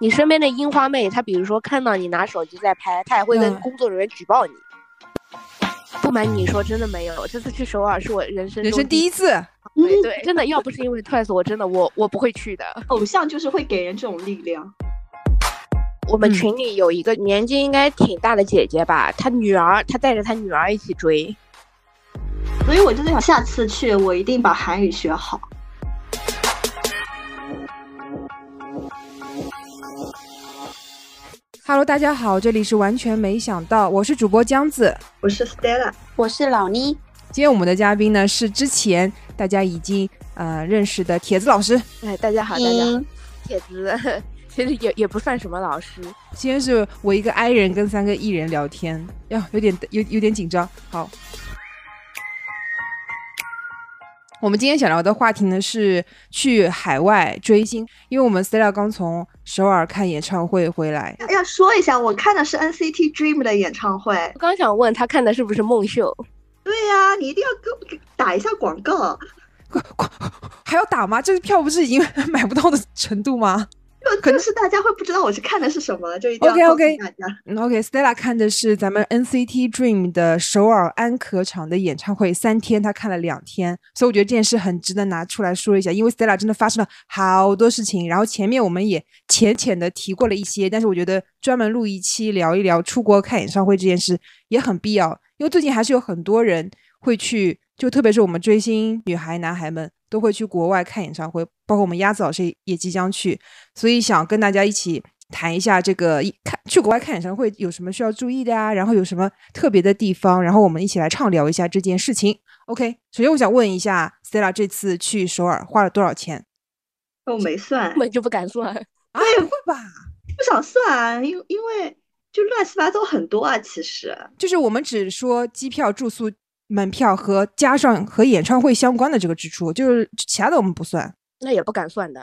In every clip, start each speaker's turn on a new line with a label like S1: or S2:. S1: 你身边的樱花妹，她比如说看到你拿手机在拍，她也会跟
S2: 嗯
S1: 工作人员举报你。不瞒你说，真的没有。这次去首尔是我人生
S2: 人生第
S1: 一
S2: 一次，
S1: 回， 对，真的，要不是因为 Twice，我真的我我不会去的。
S3: 偶像就是会给人这种力量。
S1: 我们
S2: 嗯
S1: 群里有一个年纪应该挺大的姐姐吧，她女儿，她带着她女儿一起追。
S3: 所以我真的想下次去，我一定把韩语学好。
S2: Hello，大家好，这里是完全没想到，我是主播江子。
S3: 我是 Stella，
S4: 我是老妮，
S2: 今天我们的嘉宾呢是之前大家已经呃认识的铁子老师，
S1: 哎，大家好，大家好， 铁子，其实也也不算什么老师，
S2: 今天是我一个 I 人跟三个 E 人聊天，哟，有点有有点紧张。好，我们今天想聊的话题呢是去海外追星，因为我们 Stella 刚从首尔看演唱会回来，
S3: 要说一下，我看的是 NCT Dream 的演唱会。
S1: 我刚想问她看的是不是梦秀，
S3: 对呀、你一定要给我打一下广告。
S2: 快快还要打吗？这个票不是已经 买不到的程度吗？
S3: 就就是大家会不知道我去看的是什么，就一定要
S2: OK，OK
S3: 告诉大家。
S2: 嗯，OK，Stella、看的是咱们 NCT Dream 的首尔安可场的演唱会，三天她看了两天，所以我觉得这件事很值得拿出来说一下，因为 Stella 真的发生了好多事情。然后前面我们也浅浅的提过了一些，但是我觉得专门录一期聊一聊出国看演唱会这件事也很必要，因为最近还是有很多人会去，就特别是我们追星女孩、男孩们都会去国外看演唱会，包括我们鸭子老师也也即将去，所以想跟大家一起谈一下这个一看去国外看演唱会有什么需要注意的啊，然后有什么特别的地方，然后我们一起来畅聊一下这件事情。OK，首先我想问一下 Stella 这次去首尔花了多少钱？
S3: 我没算，
S1: 根本就不敢算。
S3: 哎
S2: 啊，不会吧？
S3: 不想算，因因为就乱七八糟很多啊。其实
S2: 就是我们只说机票、住宿、门票和加上和演唱会相关的这个支出，就是其他的我们不算。
S1: 那也不敢算的。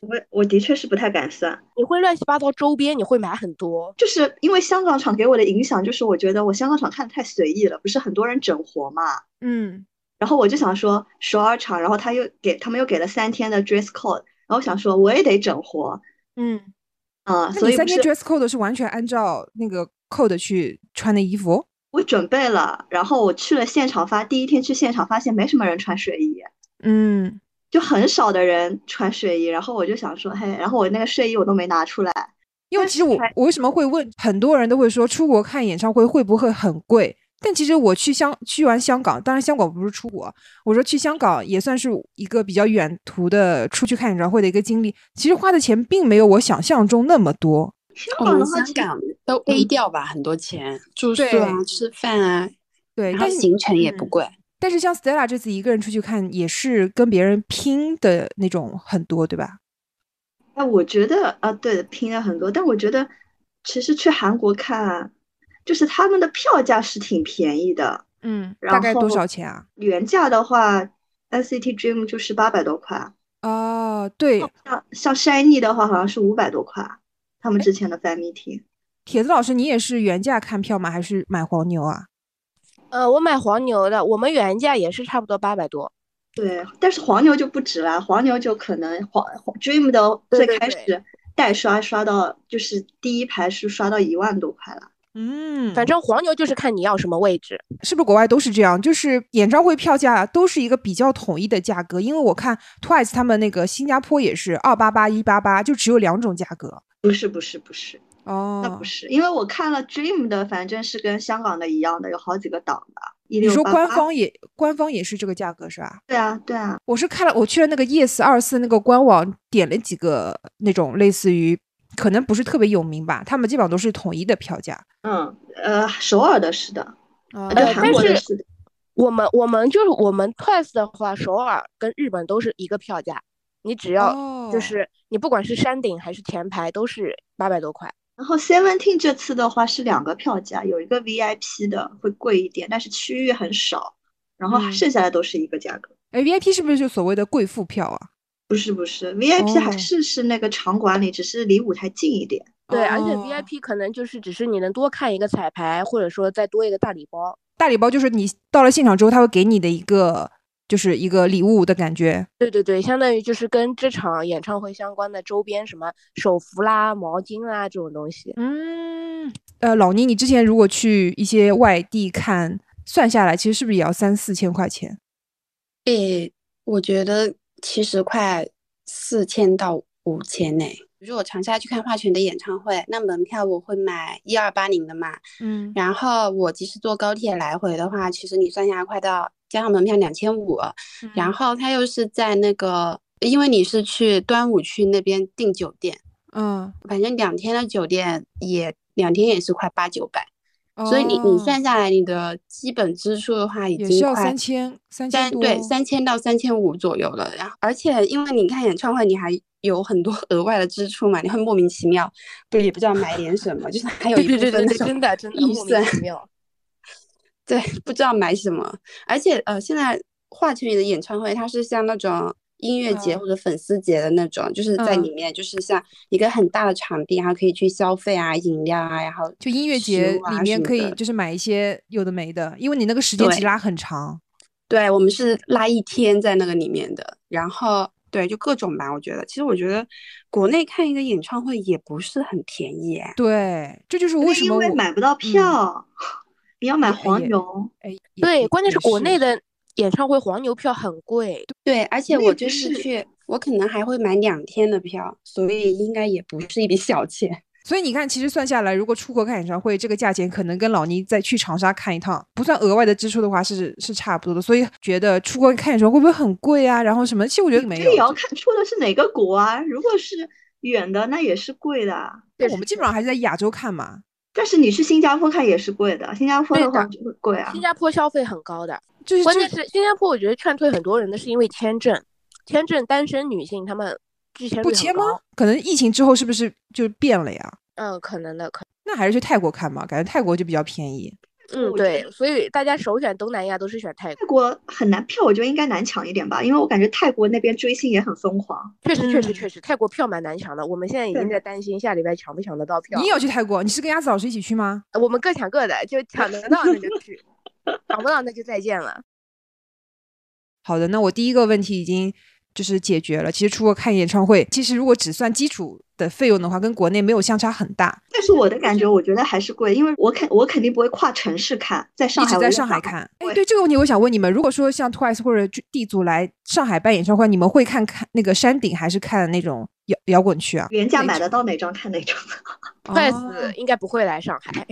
S3: 我我的确是不太敢算，
S1: 你会乱七八糟周边，你会买很多。
S3: 就是因为香港场给我的影响，就是我觉得我香港场看的太随意了，不是很多人整活嘛。
S2: 嗯，
S3: 然后我就想说首尔场，然后他又给他们又给了三天的 dress code，然后我想说我也得整活，
S2: 嗯，
S3: 啊、
S2: 那
S3: 所
S2: 你
S3: 以
S2: 三
S3: 不
S2: 天
S3: 是
S2: dress code 是完全按照那个 code 去穿的衣服？哦
S3: 我准备了，然后我去了现场发，第一天去现场发现没什么人穿睡衣，
S2: 嗯，
S3: 就很少的人穿睡衣，然后我就想说嘿，然后我那个睡衣我都没拿出来，
S2: 因为
S3: 但
S2: 其实我
S3: 还
S2: 我为什么会问，很多人都会说出国看演唱会会不会很贵？但其实我去香去完香港，当然香港不是出国，我说去香港也算是一个比较远途的出去看演唱会的一个经历。其实花的钱并没有我想象中那么多。
S3: 香
S4: 我
S3: 港
S4: 们
S3: 的话
S4: 香
S3: 其实
S4: 港都 A 掉吧，很多钱，住宿
S2: 对
S4: 啊、吃饭啊，
S2: 对，
S4: 然后
S2: 但是
S4: 行程也不
S2: 嗯
S4: 贵。
S2: 但是像 Stella 这次一个人出去看，也是跟别人拼的那种很多，对吧？
S3: 哎，我觉得啊，对，拼了很多，但我觉得其实去韩国看，就是他们的票价是挺便宜的，
S2: 嗯，
S3: 然
S2: 大概多
S3: 后
S2: 少钱啊？
S3: 原价的话，NCT Dream 就是八百多块，
S2: 哦，对，
S3: 像像 SHINee 的话好像是五百多块，他们之前的 fan meeting。
S2: 铁子老师，你也是原价看票吗？还是买黄牛啊？
S1: 呃，我买黄牛的，我们原价也是差不多八百多。
S3: 对，但是黄牛就不止啦，黄牛就可能黄黄 Dream 的
S1: 对
S3: 最
S1: 对
S3: 开
S1: 对
S3: 始代刷刷到就是第一排是刷到一万多块了，
S2: 嗯
S1: 反正黄牛就是看你要什么位置。
S2: 是不是国外都是这样？就是演唱会票价都是一个比较统一的价格，因为我看 Twice 他们那个新加坡也是二八八一八八，就只有两种价格。
S3: 不是不是不是。那
S2: 哦
S3: 不，是，因为我看了 Dream 的，反正是跟香港的一样的，有好几个档的，一
S2: 你
S3: 六
S2: 说
S3: 八
S2: 官
S3: 八。
S2: 方也官方也是这个价格是吧？
S3: 对啊，对啊，
S2: 我是看了，我去了那个 Yes 二四那个官网，点了几个那种类似于可能不是特别有名吧，他们基本上都是统一的票价。
S3: 嗯，呃，首尔的是的，
S2: 哦
S3: 呃
S1: 呃
S3: 对，韩
S1: 但
S3: 国的
S1: 是
S3: 是的，
S1: 我们我们就是我们 Twice 的话，首尔跟日本都是一个票价，你只要
S2: 哦
S1: 就是你不管是山顶还是前排都是八百多块。
S3: 然后 Seventeen 这次的话是两个票价，有一个 VIP 的会贵一点，但是区域很少，然后
S2: 嗯
S3: 剩下的都是一个价格。
S2: 哎 VIP 是不是就所谓的贵妇票啊？
S3: 不是不是，VIP 还
S2: 哦
S3: 是是那个场馆里，只是离舞台近一点。
S1: 对，而且
S2: 哦
S1: VIP 可能就是只是你能多看一个彩排，或者说再多一个大礼包。
S2: 大礼包就是你到了现场之后，他会给你的一个就是一个礼物的感觉。
S1: 对对对，相当于就是跟这场演唱会相关的周边，什么手幅啦、毛巾啦这种东西。
S2: 嗯，呃，老倪，你之前如果去一些外地看，算下来其实是不是也要三四千块钱？
S4: 诶，我觉得其实快四千到五千呢。比如说我长沙去看华泉的演唱会，那门票我会买一二八零的嘛，
S2: 嗯
S4: 然后我即使坐高铁来回的话，其实你算下来快到加上门票两千五，然后他又是在那个，因为你是去端午去那边订酒店，
S2: 嗯，
S4: 反正两天的酒店也两天也是快八九百，所以你你
S2: 哦
S4: 算下来你的基本支出的话已
S2: 也是
S4: 经
S2: 要
S4: 快
S2: 三千三千
S4: 三
S2: 多，
S4: 对三千到三千五左右了。然后而且因为你看演唱会，你还有很多 额外的支出嘛，你会莫名其妙，不也不知道买点什么，就是还有一部分那种
S1: 真的真的
S4: 预
S1: 莫名
S4: 算
S1: 其妙。
S4: 对，不知道买什么。而且呃，现在华晨宇的演唱会，它是像那种音乐节
S2: 嗯
S4: 或者粉丝节的那种，就是在
S2: 嗯
S4: 里面就是像一个很大的场地，然后可以去消费啊、饮料啊，然后
S2: 就音乐
S4: 食
S2: 节
S4: 物啊
S2: 里
S4: 什
S2: 面
S4: 么
S2: 可以
S4: 的
S2: 就是买一些有的没的，因为你那个时间其实
S4: 对
S2: 拉很长。
S4: 对，我们是拉一天在那个里面的，然后对，就各种吧。我觉得，其实我觉得国内看一个演唱会也不是很便宜哎。
S2: 对，这就是为
S3: 对
S2: 什
S3: 因
S2: 么嗯
S3: 为
S2: 我
S3: 买不到票，你要买黄
S2: 也
S3: 牛，
S2: 哎，也
S1: 对，关键是国内
S2: 的，
S1: 的演唱会黄牛票很贵。
S4: 对，而且
S3: 那
S4: 我
S3: 不
S4: 这
S3: 是
S4: 次去，我可能还会买两天的票，所以应该也不是一笔小钱。
S2: 所以你看，其实算下来，如果出国看演唱会，这个价钱可能跟老倪再去长沙看一趟，不算额外的支出的话是，是差不多的。所以觉得出国看演唱会会不会很贵啊？然后什么？其实我觉得没
S3: 这也要
S2: 有，
S3: 看出的是哪个国啊。如果是远的，那也是贵的。
S2: 就我们基本上还是在亚洲看嘛。
S3: 但是你去新加坡看也是贵的，新加坡
S1: 对
S3: 的话
S1: 的
S3: 就会贵啊
S1: 新。加坡消费很高的，
S2: 就是
S1: 关
S2: 这
S1: 键是新加坡，我觉得劝退很多人的是因为签证，签证单身女性她们拒签率
S2: 不
S1: 很
S2: 签吗
S1: 高？
S2: 可能疫情之后是不是就变了呀？
S1: 嗯，可能的，可
S2: 那还是去泰国看吧，感觉泰国就比较便宜。
S1: 嗯
S3: 我觉
S1: 对
S3: 得，
S1: 所以大家首选东南亚都是选泰国，
S3: 泰国很难票，我觉得应该难抢一点吧，因为我感觉泰国那边追星也很疯狂。
S1: 确实确
S2: 嗯
S1: 实确实，泰国票蛮难抢的，我们现在已经
S3: 对
S1: 在担心下礼拜抢不抢得到票
S2: 你。也要去泰国？你是跟鸭子老师一起去吗？
S1: 呃我们各抢各的，就抢得到那就 去，抢不到那就再见了。
S2: 好的，那我第一个问题已经就是解决了。其实出国看演唱会，其实如果只算基础的费用的话，跟国内没有相差很大。
S3: 但是我的感觉，我觉得还是贵，因为我肯我肯定不会跨城市看，在上
S2: 一
S3: 海
S2: 直
S3: 我
S2: 在
S3: 就
S2: 上海
S3: 看
S2: 看。哎，
S3: 对
S2: 对这个问题，我想问你们，如果说像 Twice 或者地组来上海办演唱会，你们会看看那个山顶，还是看那种摇摇滚区啊？
S3: 原价
S2: 那
S3: 买
S2: 就
S3: 得到哪张看哪 张。
S1: 筷
S2: 哦
S1: 子应该不会来上海，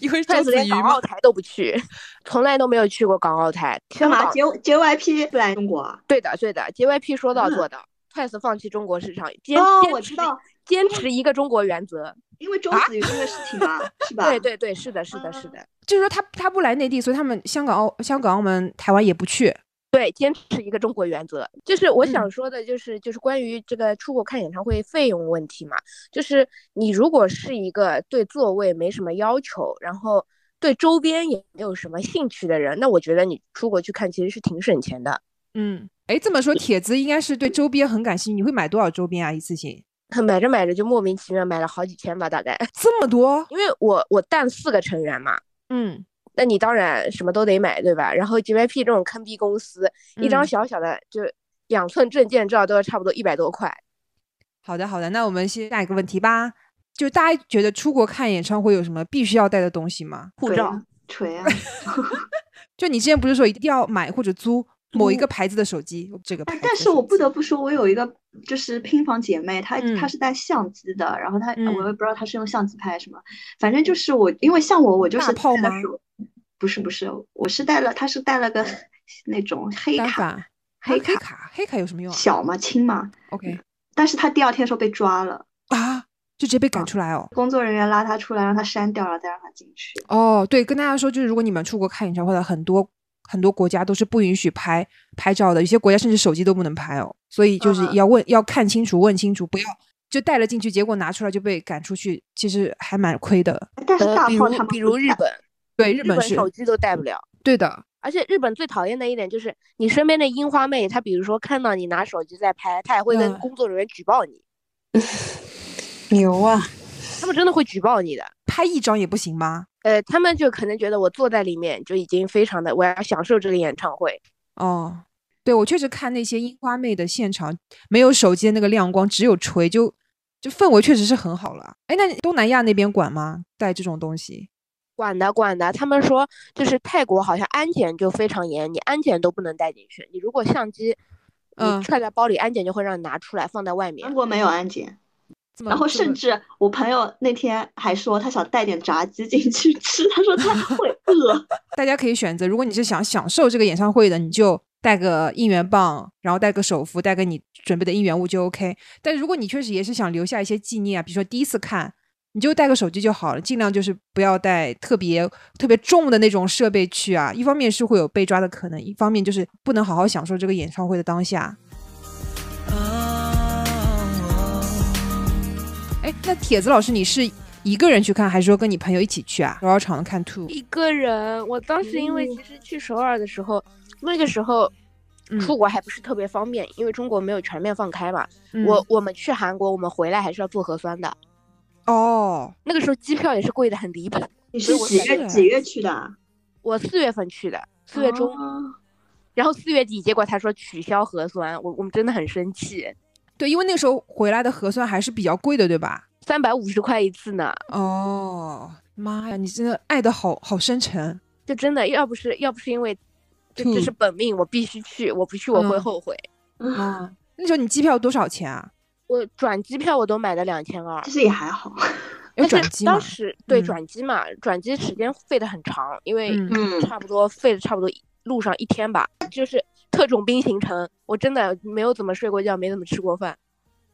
S2: 因为
S1: 筷
S2: 章
S1: 子
S2: 子
S1: 连
S2: 怡
S1: 港
S2: 嘛
S1: 澳台都不去，从来都没有去过港澳台。
S3: 干
S1: 香
S3: 嘛
S1: 港
S3: J JYP 不来中国啊？
S1: 对的对的，JYP 说到
S3: 嗯
S1: 做到。筷子放弃中国市场，坚
S3: 哦，
S1: 坚
S3: 我
S1: 持
S3: 知道，
S1: 坚持一个中国原则。
S3: 因为
S2: 啊
S3: 周子瑜这个事情 吧，是吧？啊
S1: 对对对，是的，是的，是的，
S2: 就是说他他不来内地，所以他们香港、澳、香港、澳门、台湾也不去。
S1: 对，坚持一个中国原则。就是我
S2: 嗯
S1: 想说的，就是就是关于这个出国看演唱会费用问题嘛，就是你如果是一个对座位没什么要求，然后对周边也没有什么兴趣的人，那我觉得你出国去看其实是挺省钱的。
S2: 嗯，哎，这么说，铁子应该是对周边很感兴趣，你会买多少周边啊？一次性
S1: 买着买着就莫名其妙买了好几千吧，大概，
S2: 这么多？
S1: 因为我我带四个成员嘛，
S2: 嗯，
S1: 那你当然什么都得买，对吧？然后 JYP 这种坑逼公司，一张
S2: 嗯
S1: 小小的就两寸证件照都要差不多一百多块。
S2: 好的，好的，那我们先下一个问题吧。就大家觉得出国看演唱会有什么必须要带的东西吗？
S1: 护
S3: 锤
S1: 照
S3: 啊，锤啊！
S2: 就你之前不是说一定要买或者租某一个牌子的手机？这个牌子的
S3: 啊但是我
S2: 手
S3: 不
S2: 机
S3: 得不说，我有一个就是拼房姐妹，她
S2: 嗯
S3: 她是带相机的，然后她
S2: 嗯
S3: 我也不知道她是用相机拍什么，反正就是我，因为像我，我就是
S2: 大炮
S3: 带了
S2: 吗
S3: 手不是不是，我是带了，她是带了个 那种黑
S2: 单
S3: 卡，
S2: 反、
S3: 黑
S2: 啊卡、黑
S3: 卡
S2: 卡、黑卡有什么用啊
S3: 小嘛轻嘛，
S2: ？OK
S3: 但是她第二天说被抓了，
S2: 啊，就直接被赶出来哦。
S3: 工作人员拉她出来，让她删掉了，再让她进去。
S2: 哦，对，跟大家说，就是如果你们出国看演唱会的，很多很多国家都是不允许拍拍照的，有些国家甚至手机都不能拍哦。所以就是
S1: 嗯
S2: 要问，要看清楚，问清楚，不要就带了进去，结果拿出来就被赶出去，其实还蛮亏的。
S3: 但是
S1: 呃，
S3: 大
S1: 比
S3: 炮他
S1: 如
S3: 们
S1: 比
S3: 不
S1: 如日
S3: 带
S1: 本，
S2: 对，日
S1: 日
S2: 本
S1: 本
S2: 是
S1: 手机都带不了。
S2: 对的，
S1: 而且日本最讨厌的一点就是，你身边的樱花妹，她比如说看到你拿手机在拍，她也会
S2: 嗯
S1: 跟工作人员举报你，
S4: 牛啊！
S1: 他们真的会举报你的。
S2: 拍一张也不行吗？
S1: 呃，他们就可能觉得我坐在里面就已经非常的，我要享受这个演唱会。
S2: 哦，对我确实看那些樱花妹的现场，没有手机的那个亮光，只有锤，就就氛围确实是很好了。哎，那东南亚那边管吗？带这种东西？
S1: 管的管的，他们说就是泰国好像安检就非常严，你安检都不能带进去，你如果相机
S2: 嗯
S1: 你揣在包里，安检就会让你拿出来放在外面
S3: 韩。国没有安检，
S1: 嗯
S2: 这么
S3: 然后
S2: 这么
S3: 甚至我朋友那天还说他想带点炸鸡进去吃，他说他会 饿。
S2: 大家可以选择，如果你是想享受这个演唱会的，你就带个应援棒，然后带个手幅，带个你准备的应援物就 OK。但如果你确实也是想留下一些纪念啊，比如说第一次看，你就带个手机就好了，尽量就是不要带特别特别重的那种设备去啊。一方面是会有被抓的可能，一方面就是不能好好享受这个演唱会的当下。哎，那铁子老师，你是一个人去看，还是说跟你朋友一起去啊？多少场看 two？
S1: 一个人，我当时因为其实去首尔的时候，那个时候
S2: 嗯
S1: 出国还不是特别方便，因为中国没有全面放开嘛。
S2: 嗯
S1: 我我们去韩国，我们回来还是要做核酸的。
S2: 哦，
S1: 那个时候机票也是贵的很离谱。
S3: 你
S1: 所
S3: 是
S1: 以我
S3: 几
S1: 才
S3: 月几月去的啊？
S1: 我四月份去的，四月中，
S3: 哦
S1: 然后四月底，结果他说取消核酸，我我们真的很生气，
S2: 对，因为那个时候回来的核酸还是比较贵的，对吧？
S1: 三百五十块一次呢，
S2: 哦，妈呀，你真的爱的好好深沉。
S1: 就真的要不是要不是因为这
S2: 吐
S1: 这是本命，我必须去，我不去我会
S2: 嗯
S1: 后悔。嗯
S2: 啊！那时候你机票多少钱啊？
S1: 我转机票我都买的两千二
S3: 其，实也还好。
S2: 有
S1: 但
S2: 转
S1: 是
S2: 机吗
S1: 当？时对
S2: 嗯
S1: 转机嘛，转机时间费的很长，因为
S2: 嗯
S3: 嗯
S1: 差不多费了差不多一路上一天吧，就是特种兵行程，我真的没有怎么睡过觉，没怎么吃过饭。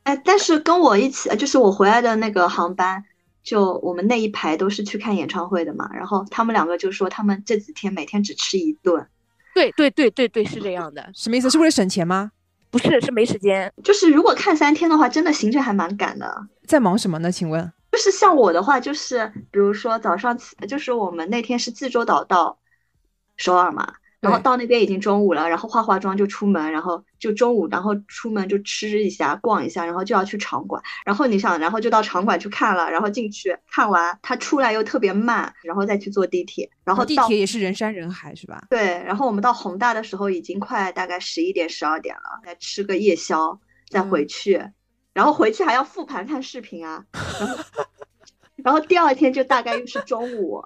S3: 哎，但是跟我一起，就是我回来的那个航班，就我们那一排都是去看演唱会的嘛。然后他们两个就说，他们这几天每天只吃一顿，
S1: 对对对对对，是这样的，
S2: 什么意思？是为了省钱吗？
S1: 不是是没时间。
S3: 就是如果看三天的话，真的行程还蛮赶的。
S2: 在忙什么呢？请问？
S3: 就是像我的话，就是比如说早上起，就是我们那天是济州岛到首尔嘛，然后
S2: 对
S3: 到那边已经中午了，然后化化妆就出门，然后就中午，然后出门就吃一下、逛一下，然后就要去场馆，然后你想，然后就到场馆去看了，然后进去看完，他出来又特别慢，然后再去坐地铁，然后
S2: 哦地
S3: 到
S2: 铁也是人山人海，是吧？
S3: 对，然后我们到宏大的时候已经快大概十一点、十二点了，再吃个夜宵，再回
S2: 嗯
S3: 去，然后回去还要复盘看视频啊，然后然后第二天就大概又是中午，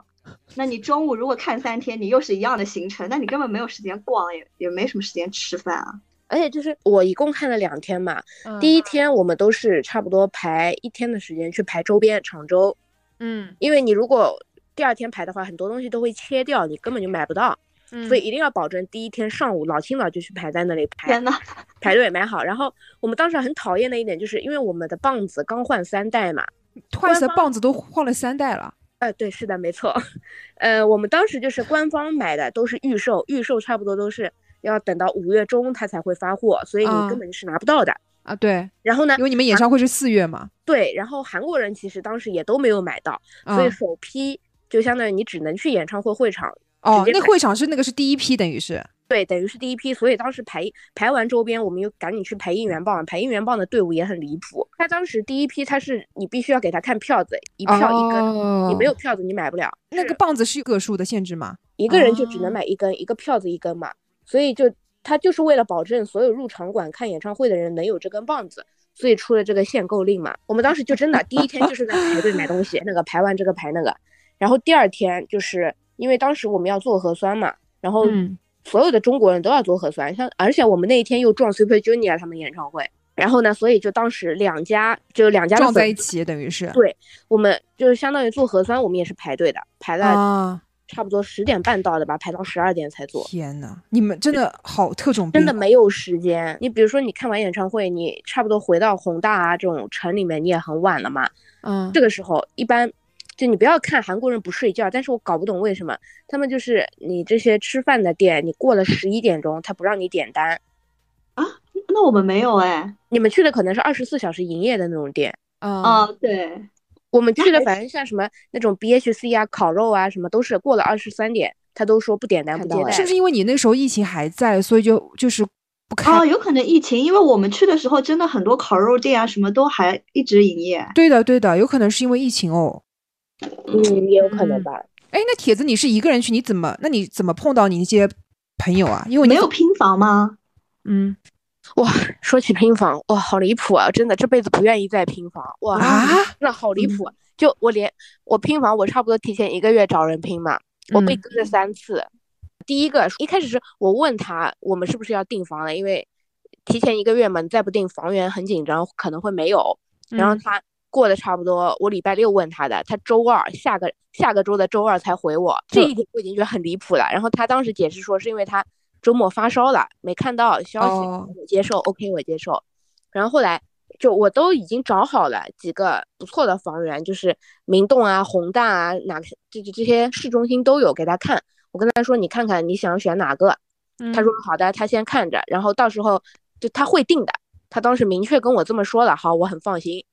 S3: 那你中午如果看三天，你又是一样的行程，那你根本没有时间逛，也也没什么时间吃饭啊。
S1: 而且就是我一共看了两天嘛，
S2: 嗯
S1: 第一，天我们都是差不多排一天的时间去排周边常州，
S2: 嗯
S1: 因为你如果第二天排的话，很多东西都会切掉，你根本就买不到，
S2: 嗯
S1: 所以一定要保证第一天上午老清早就去排在那里排
S3: 天呐，
S1: 排队买好。然后我们当时很讨厌的一点就是，因为我们的棒子刚换三代嘛，
S2: 换色棒子都换了三代了。
S1: 呃，对，是的，没错， 呃，我们当时就是官方买的都是预售，预售差不多都是要等到五月中它才会发货，所以
S2: 啊
S1: 你根本是拿不到的。
S2: 啊，对，
S1: 然后呢
S2: 因，为你们演唱会是四月嘛，
S1: 对，然后韩国人其实当时也都没有买到，
S2: 啊
S1: 所以首批就相当于你只能去演唱会会场，
S2: 哦，
S1: 直接
S2: 那
S1: 买
S2: 会场是那个是第一批，等于是，
S1: 对，等于是第一批，所以当时排排完周边，我们又赶紧去排应援棒，排应援棒的队伍也很离谱。他当时第一批他是你必须要给他看票子，一票一根，你没有票子你买不了，
S2: 哦那个棒子是有个数的限制吗？
S1: 一个人就只
S2: 啊
S1: 能买一根，一个票子一根嘛，所以就他就是为了保证所有入场馆看演唱会的人能有这根棒子。所以出了这个限购令嘛，我们当时就真的第一天就是在排队买东西，那个排完这个排那个，然后第二天就是因为当时我们要做核酸嘛，然后
S2: 嗯
S1: 所有的中国人都要做核酸，像而且我们那一天又撞 Super Junior 他们演唱会，然后呢，所以就当时两家就两家的
S2: 撞在
S1: 粉
S2: 一起，等于是
S1: 对我们就是相当于做核酸，我们也是排队的，排了
S2: 啊！
S1: 差不多十点半到的吧，排到十二点才做，
S2: 天呐，你们真的好特种兵，啊
S1: 真的没有时间。你比如说，你看完演唱会，你差不多回到宏大啊这种城里面，你也很晚了嘛。
S2: 嗯
S1: 这个时候一般。就你不要看韩国人不睡觉，但是我搞不懂为什么他们就是你这些吃饭的店，你过了十一点钟他不让你点单，
S3: 那我们没有哎。
S1: 你们去的可能是二十四小时营业的那种店，
S2: 啊
S3: 啊，
S1: 哦
S3: 对，
S1: 我们去的
S3: 那还
S1: 反正像什么那种 BHC 啊、烤肉啊什么，都是过了二十三点，他都说不点单不
S4: 看
S1: 接
S4: 到
S1: 待。
S4: 了
S2: 是不是因为你那时候疫情还在，所以就就是不开？
S3: 哦，有可能疫情，因为我们去的时候真的很多烤肉店啊什么都还一直营业。
S2: 对的对的，有可能是因为疫情哦。
S1: 嗯，也有可能吧。
S2: 哎，那铁子你是一个人去，你怎么那你怎么碰到你那些朋友啊？因为你
S3: 没有拼房吗？
S2: 嗯
S1: 哇，说起拼房，哇，好离谱啊！真的，这辈子不愿意再拼房，哇，
S2: 啊，
S1: 真的好离谱啊。就我连我拼房，我差不多提前一个月找人拼嘛，我被
S2: 嗯
S1: 跟了三次。第一个一开始是我问他我们是不是要订房了，因为提前一个月嘛，你再不订房源很紧张，可能会没有。然后
S2: 嗯
S1: 他过得差不多，我礼拜六问他的，他周二下个下个周的周二才回我，这
S2: 这
S1: 一点我已经觉得很离谱了。然后他当时解释说是因为他周末发烧了，没看到消息，
S2: 哦
S1: 我接受，OK 我接受。然后后来就我都已经找好了几个不错的房源，就是明洞啊、宏大啊，哪个这这这些市中心都有给他看。我跟他说你看看你想选哪个，
S2: 嗯
S1: 他说好的，他先看着，然后到时候就他会定的。他当时明确跟我这么说了，好，我很放心。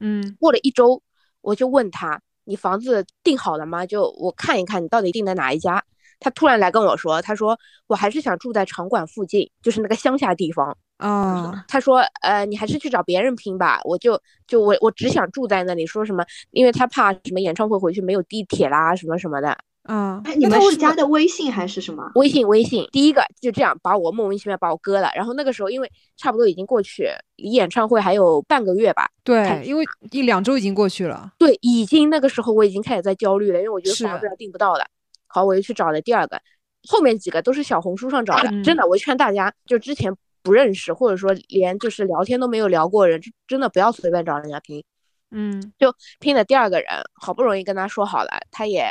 S2: 嗯
S1: 过了一周，我就问他：“你房子定好了吗？就我看一看你到底定的哪一家。”他突然来跟我说：“他说我还是想住在场馆附近，就是那个乡下地方。
S2: 啊
S1: 他说：‘呃，你还是去找别人拼吧。’我就就我我只想住在那里。说什么？因为他怕什么演唱会回去没有地铁啦，什么什么的。
S2: 啊，
S3: 哎，你
S2: 那
S3: 们
S2: 他为
S3: 是
S2: 什么
S3: 加的微信还是什么？
S1: 微信微信，第一个就这样把我莫名其妙把我割了。然后那个时候因为差不多已经过去离演唱会还有半个月吧，
S2: 对，
S1: 看
S2: 因为一两周已经过去了，
S1: 对，已经那个时候我已经开始在焦虑了，因为我觉得
S2: 是
S1: 房子要订不到了。好，我又去找了第二个，后面几个都是小红书上找的。真的，我劝大家，就之前不认识或者说连就是聊天都没有聊过的人，真的不要随便找人家拼。
S2: 嗯
S1: 就拼的第二个人，好不容易跟他说好了，他也，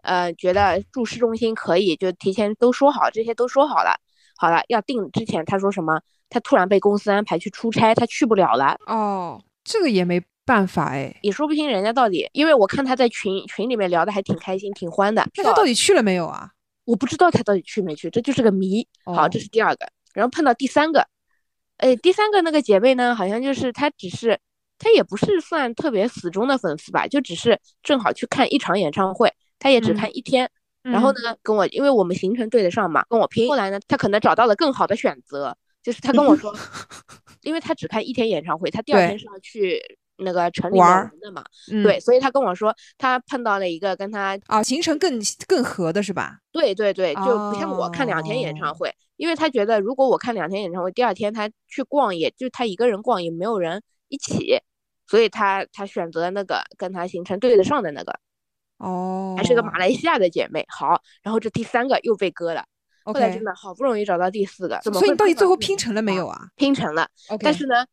S1: 呃，觉得住市中心可以，就提前都说好，这些都说好了，好了，要订之前他说什么？他突然被公司安排去出差，他去不了了，
S2: 哦，这个也没办法哎，
S1: 也说不清人家到底，因为我看他在群群里面聊的还挺开心，挺欢的。哦
S2: 那他到底去了没有啊？
S1: 我不知道他到底去没去，这就是个谜。好，这
S2: 哦
S1: 是第二个，然后碰到第三个，哎，第三个那个姐妹呢，好像就是她只是，她也不是算特别死忠的粉丝吧，就只是正好去看一场演唱会，她也只
S2: 嗯
S1: 看一天。然后呢，跟我因为我们行程对得上嘛，跟我拼。后来呢，她可能找到了更好的选择，就是她跟我 说，因为她只看一天演唱会，她第二
S2: 对
S1: 天是要去那个城里面
S2: 玩儿
S1: 玩的嘛，
S2: 嗯，
S1: 对，所以她跟我说，她碰到了一个跟她
S2: 啊，行程更更合的是吧？
S1: 对对对，就不像我看两天演
S2: 哦
S1: 唱会，因为他觉得如果我看两天演唱会，第二天他去逛也，就他一个人逛，也没有人一起，所以他他选择那个跟他行程对得上的那个，
S2: 哦，
S1: 还是个马来西亚的姐妹。好，然后这第三个又被割了，后来
S2: 哦 OK，
S1: 真的好不容易找到第四个，怎么
S2: 所以
S1: 会
S2: 你到
S1: 碰
S2: 底最后
S1: 这么
S2: 拼成了没
S1: 啊
S2: 有啊
S1: 拼成了？
S2: ？OK，
S1: 但是呢，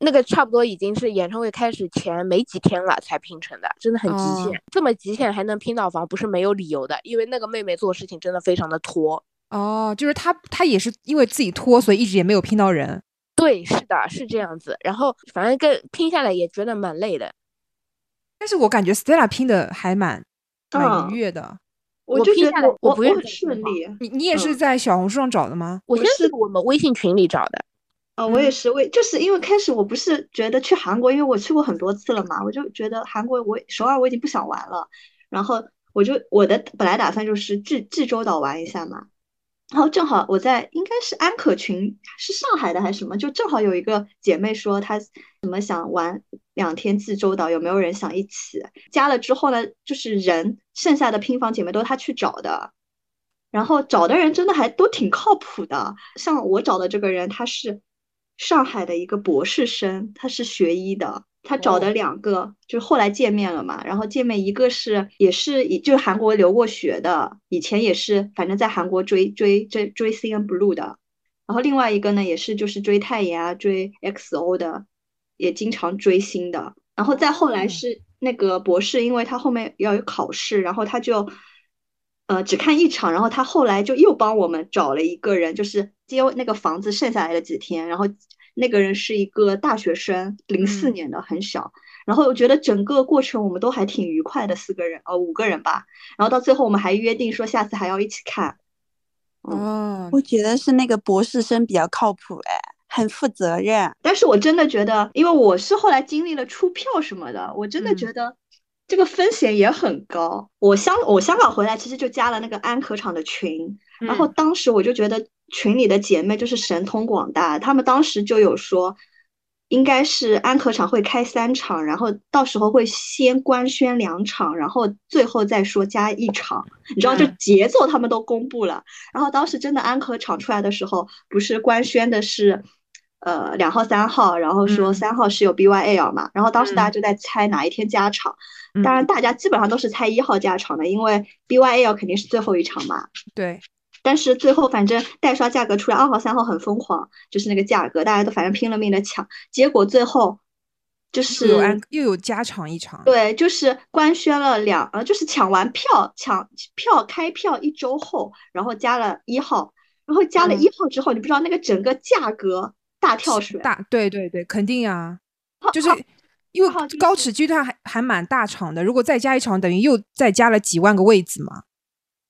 S1: 那个差不多已经是演唱会开始前没几天了才拼成的，真的很极限。
S2: 哦
S1: 这么极限还能拼到房，不是没有理由的，因为那个妹妹做事情真的非常的拖。
S2: 哦，就是他他也是因为自己拖，所以一直也没有拼到人。
S1: 对，是的，是这样子。然后反正跟拼下来也觉得蛮累的。
S2: 但是我感觉 Stella 拼的还蛮蛮
S3: 嗯
S2: 愉悦的。
S1: 我
S3: 就
S1: 拼
S3: 觉
S1: 下
S3: 得
S1: 来我
S3: 我
S1: 不愿意
S3: 很
S1: 再
S3: 顺
S1: 拼
S3: 利，
S2: 你你也是
S3: 嗯
S2: 在小红书上找的吗？
S1: 我
S3: 我
S1: 现在是
S3: 是
S1: 我们微信群里找的，
S3: 啊，我也
S2: 嗯
S3: 是，我也就是因为开始我不是觉得去韩国，因为我去过很多次了嘛，我就觉得韩国我首尔我已经不想玩了，然后我就我的本来打算就是济济州岛玩一下嘛，然后正好我在应该是安可群是上海的还是什么，就正好有一个姐妹说她什么想玩两天济州岛，有没有人想一起？加了之后呢，就是人剩下的拼房姐妹都是她去找的，然后找的人真的还都挺靠谱的。像我找的这个人，他是上海的一个博士生，他是学医的。他找的
S2: 哦
S3: 两个就是后来见面了嘛，然后见面一个是也是以就是韩国留过学的，以前也是反正在韩国追追追追 C N Blue 的，然后另外一个呢也是就是追泰妍啊追 XO 的，也经常追星的。然后再后来
S2: 哦
S3: 是那个博士，因为他后面要有考试，然后他就呃只看一场，然后他后来就又帮我们找了一个人，就是接那个房子剩下来的几天，然后那个人是一个大学生，零四
S2: 嗯
S3: 年的，很小。然后我觉得整个过程我们都还挺愉快的，四个人呃五个人吧。然后到最后我们还约定说下次还要一起看，嗯。
S2: 哦，
S4: 我觉得是那个博士生比较靠谱，哎，很负责任。
S3: 但是我真的觉得，因为我是后来经历了出票什么的，我真的觉
S2: 嗯
S3: 得这个风险也很高。我香我香港回来，其实就加了那个安可厂的群，然后
S2: 嗯
S3: 当时我就觉得群里的姐妹就是神通广大，她们当时就有说，应该是安可场会开三场，然后到时候会先官宣两场，然后最后再说加一场。你知道，就
S2: 嗯
S3: 节奏他们都公布了。然后当时真的安可场出来的时候，不是官宣的是，呃，两号、三号，然后说
S2: 嗯
S3: 三号是有 BYL 嘛，然后当时大家
S2: 嗯
S3: 就在猜哪一天加场。当然，
S2: 嗯
S3: 大家基本上都是猜一号加场的，因为 BYL 肯定是最后一场嘛。
S2: 对，
S3: 但是最后反正代刷价格出来，二号、三号很疯狂，就是那个价格，大家都反正拼了命的抢，结果最后就
S2: 又有安
S3: 是
S2: 又有加场一场，
S3: 嗯对，就是官宣了两，呃，就是抢完票，抢票开票一周后，然后加了一号，然后加了
S2: 嗯
S3: 一号之后，你不知道那个整个价格大跳水，
S2: 大对对对，肯定啊，
S3: 好
S2: 就是
S3: 好
S2: 因为
S3: 好哦就是
S2: 高尺区段还还蛮大场的，如果再加一场，等于又再加了几万个位子嘛。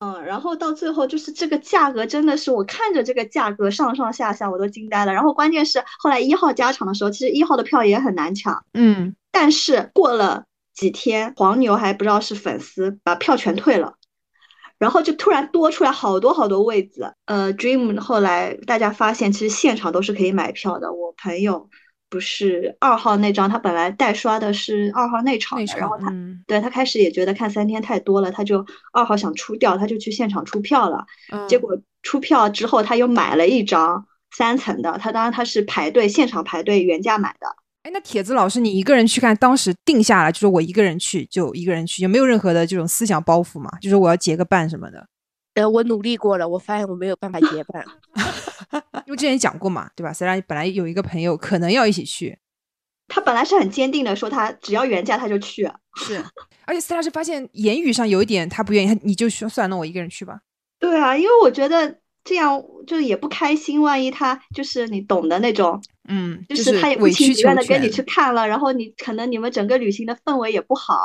S3: 嗯，然后到最后就是这个价格真的是我看着这个价格上上下下我都惊呆了，然后关键是后来一号加场的时候，其实一号的票也很难抢。
S2: 嗯，
S3: 但是过了几天，黄牛还不知道是粉丝把票全退了，然后就突然多出来好多好多位子。呃，Dream 后来大家发现，其实现场都是可以买票的。我朋友不是二号那张，他本来代刷的是二号内场
S2: 那
S3: 的，然
S2: 场
S3: 后他
S2: 嗯
S3: 对他开始也觉得看三天太多了，他就二号想出掉，他就去现场出票了。结
S2: 嗯
S3: 果出票之后，他又买了一张三层的，他当然他是排队现场排队原价买的。
S2: 哎，那铁子老师，你一个人去看，当时定下来就是我一个人去，就一个人去，有没有任何的这种思想包袱嘛？就是我要结个伴什么的，
S1: 呃，我努力过了，我发现我没有办法结伴。
S2: 因为之前也讲过嘛，对吧？虽然本来有一个朋友可能要一起去，
S3: 他本来是很坚定的说他只要原价他就去，啊
S2: 是，而且斯拉是发现言语上有一点他不愿意，他你就说算了，那我一个人去吧。
S3: 对啊，因为我觉得这样就也不开心，万一他就是你懂的那种，
S2: 嗯，
S3: 就是他也不
S2: 委
S3: 情
S2: 曲
S3: 不
S2: 求
S3: 愿的跟你
S2: 全
S3: 去看了，然后你可能你们整个旅行的氛围也不好，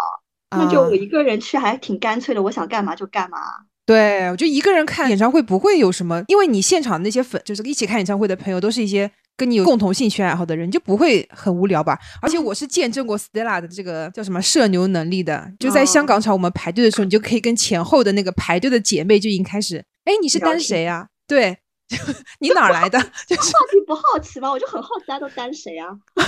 S3: 那就
S2: 啊
S3: 我一个人去还挺干脆的，我想干嘛就干嘛。
S2: 对，我觉得一个人看演唱会不会有什么，因为你现场那些粉，就是一起看演唱会的朋友，都是一些跟你有共同兴趣爱好的人，就不会很无聊吧？而且我是见证过 Stella 的这个叫什么社牛能力的，就在香
S3: 哦
S2: 港场我们排队的时候，你就可以跟前后的那个排队的姐妹就已经开始，哎，你是
S3: 聊
S2: 单
S3: 天
S2: 谁啊？对，你哪儿来 的？就是
S3: 话题不好奇吗？我就很好奇大家都单谁啊？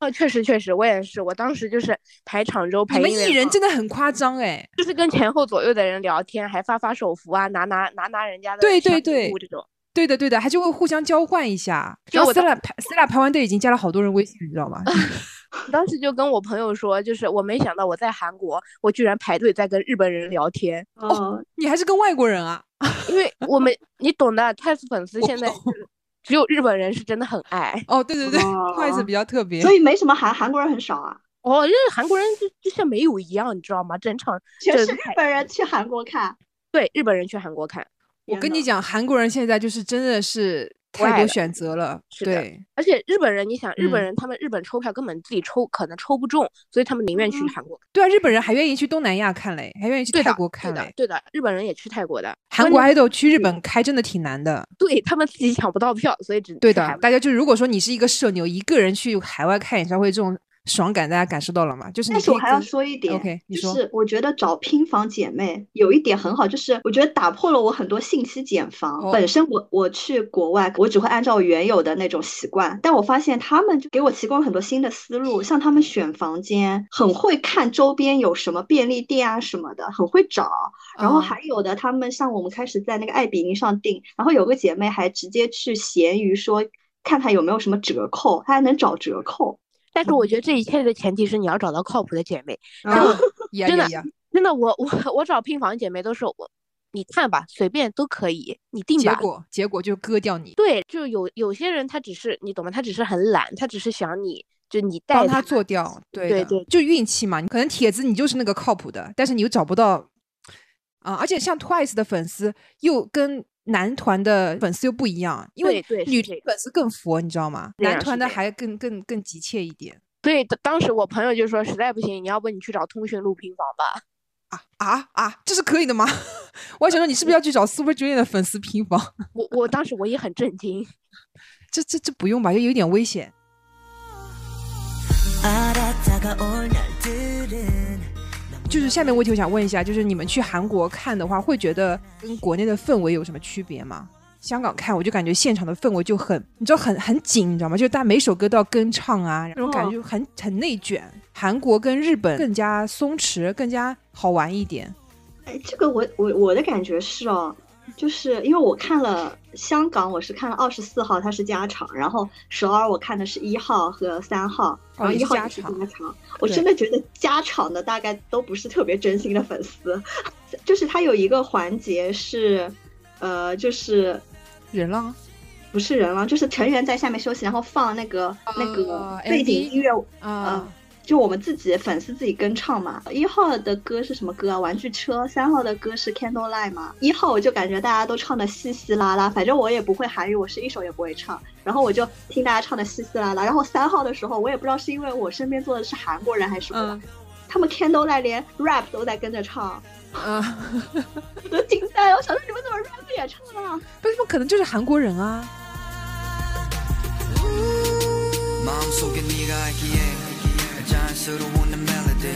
S1: 哦，确实确实，我也是，我当时就是排场周
S2: 你
S1: 排
S2: 们
S1: 音乐
S2: 艺人
S1: 嘛
S2: 真的很夸张哎、
S1: 就是跟前后左右的人聊天，还发发手幅啊，拿拿拿拿人家的
S2: 对
S1: 小
S2: 对
S1: 礼
S2: 对
S1: 物这种。
S2: 对的，对的，还就会互相交换一下。
S1: 就
S2: 然后
S1: 我当
S2: Stella 排 Stella 排完队已经加了好多人微信，你知 道吗？
S1: 我当时就跟我朋友说，就是我没想到我在韩国，我居然排队在跟日本人聊天，
S3: 哦，
S2: 你还是跟外国人啊？
S1: 因为我们你懂的，TWICE 粉丝
S2: 我
S1: 现在
S2: 懂
S1: 是只有日本人是真的很爱
S2: 哦，对对对，筷子
S3: 哦
S2: 比较特别。
S3: 所以没什么韩韩国人很少啊，
S1: 哦，因为韩国人就就像没有一样，你知道吗？整场
S3: 全
S1: 就是
S3: 日
S1: 排
S3: 本人去韩国看。
S1: 对日本人去韩国看，
S2: 我
S3: 天
S2: 跟你
S3: 呐
S2: 讲，韩国人现在就是真的是
S1: 不
S2: 太
S1: 爱
S2: 多
S1: 了
S2: 选择了，
S1: 是的
S2: 对，
S1: 而且日本人，你想日本
S2: 嗯
S1: 人他们日本抽票根本自己抽可能抽不中，所以他们宁愿去
S3: 嗯
S1: 韩国。
S2: 对啊，日本人还愿意去东南亚看嘞，还愿意去
S1: 对
S2: 泰
S1: 的，
S2: 国
S1: 对
S2: 看
S1: 的
S2: 嘞，。
S1: 对的，日本人也去泰国的，
S2: 韩
S1: 关
S2: 国
S1: 键
S2: idol 去日
S3: 嗯
S2: 本开真的挺难的，
S1: 对他们自己抢不到票，所以只
S2: 对
S1: 去
S2: 的
S1: 韩。国
S2: 大家就如果说你是一个社牛，一个人去海外看演唱会这种爽感，大家感受到了吗？就是你
S3: 但是
S2: 可以
S3: 我还要
S2: 跟
S3: 说一点
S2: OK，你
S3: 就
S2: 说
S3: 是我觉得找拼房姐妹有一点很好，就是我觉得打破了我很多信息茧房。
S2: 哦
S3: 本身我我去国外，我只会按照我原有的那种习惯，但我发现他们就给我提供了很多新的思路，像他们选房间，很会看周边有什么便利店啊什么的，很会找。然后
S2: 啊
S3: 还有的，他们像我们开始在那个爱彼迎上订，然后有个姐妹还直接去闲鱼说看看有没有什么折扣，她还能找折扣。
S1: 但是我
S2: 嗯
S1: 觉得这一切的前提是你要找到靠谱的姐妹。
S2: 啊呀
S1: 真
S2: 呀
S1: 的
S2: 呀，
S1: 真的，我我我找拼房姐妹都是我，你看吧，随便都可以，你定
S2: 结
S1: 吧。
S2: 果结果就割掉你，
S1: 对，就有有些人他只是你懂吗？他只是很懒，他只是想你就你带
S2: 帮他做掉，对
S1: 对
S2: 的
S1: 对
S2: 就运气嘛。你可能帖子你就是那个靠谱的，但是你又找不到啊。而且像 Twice 的粉丝又跟男团的粉丝又不一样，因为
S1: 对对是
S2: 女
S1: 这个
S2: 粉丝更佛，你知道吗？
S1: 是这
S2: 男
S1: 样是
S2: 团的
S1: 这样
S2: 还更更更急切一点
S1: 所以当当时我朋友就说，实在不行，你要不你去找通讯录拼房吧。
S2: 啊啊啊！这是可以的吗？ 我还想说你是不是要去找 Super Junior 的粉丝拼房？
S1: 我我当时我也很震惊，
S2: 这这这不用吧，就有点危险。
S5: 알아다가올 날들은
S2: 就是下面问题，我想问一下，就是你们去韩国看的话，会觉得跟国内的氛围有什么区别吗？香港看，我就感觉现场的氛围就很，你知道很很紧，你知道吗？就大家每首歌都要跟唱啊，那种感觉就很很内卷。韩国跟日本更加松弛，更加好玩一点。
S3: 哎，这个我我我的感觉是哦，就是因为我看了香港，我是看了二十四号，它是加场，然后首尔我看的是一号和三号，然后
S2: 也
S3: 一
S2: 哦是
S3: 号
S2: 加
S3: 也是
S2: 场
S3: 加场，我真的觉得加场的大概都不是特别真心的粉丝， 就是它有一个环节是，呃，就是
S2: 人浪
S3: 不是人了，就是成员在下面休息，然后放那个、那个
S2: 啊
S3: 背景
S2: MV
S3: 音乐，
S2: 啊，
S3: 嗯就我们自己粉丝自己跟唱嘛。一号的歌是什么歌啊？玩具车。三号的歌是 Candlelight 嘛。一号我就感觉大家都唱的稀稀拉拉，反正我也不会韩语，我是一首也不会唱。然后我就听大家唱的稀稀拉拉。然后三号的时候，我也不知道是因为我身边坐的是韩国人还是什么的，
S2: 嗯
S3: 他们 Candlelight 连 rap 都在跟着唱，
S2: 嗯，
S3: 我都惊呆了。我想说你们怎么 rap 也唱啊？
S2: 不是，他们可能就是韩国人啊。
S5: 마음속에 네가 알기에 자연스러운 내 멜로디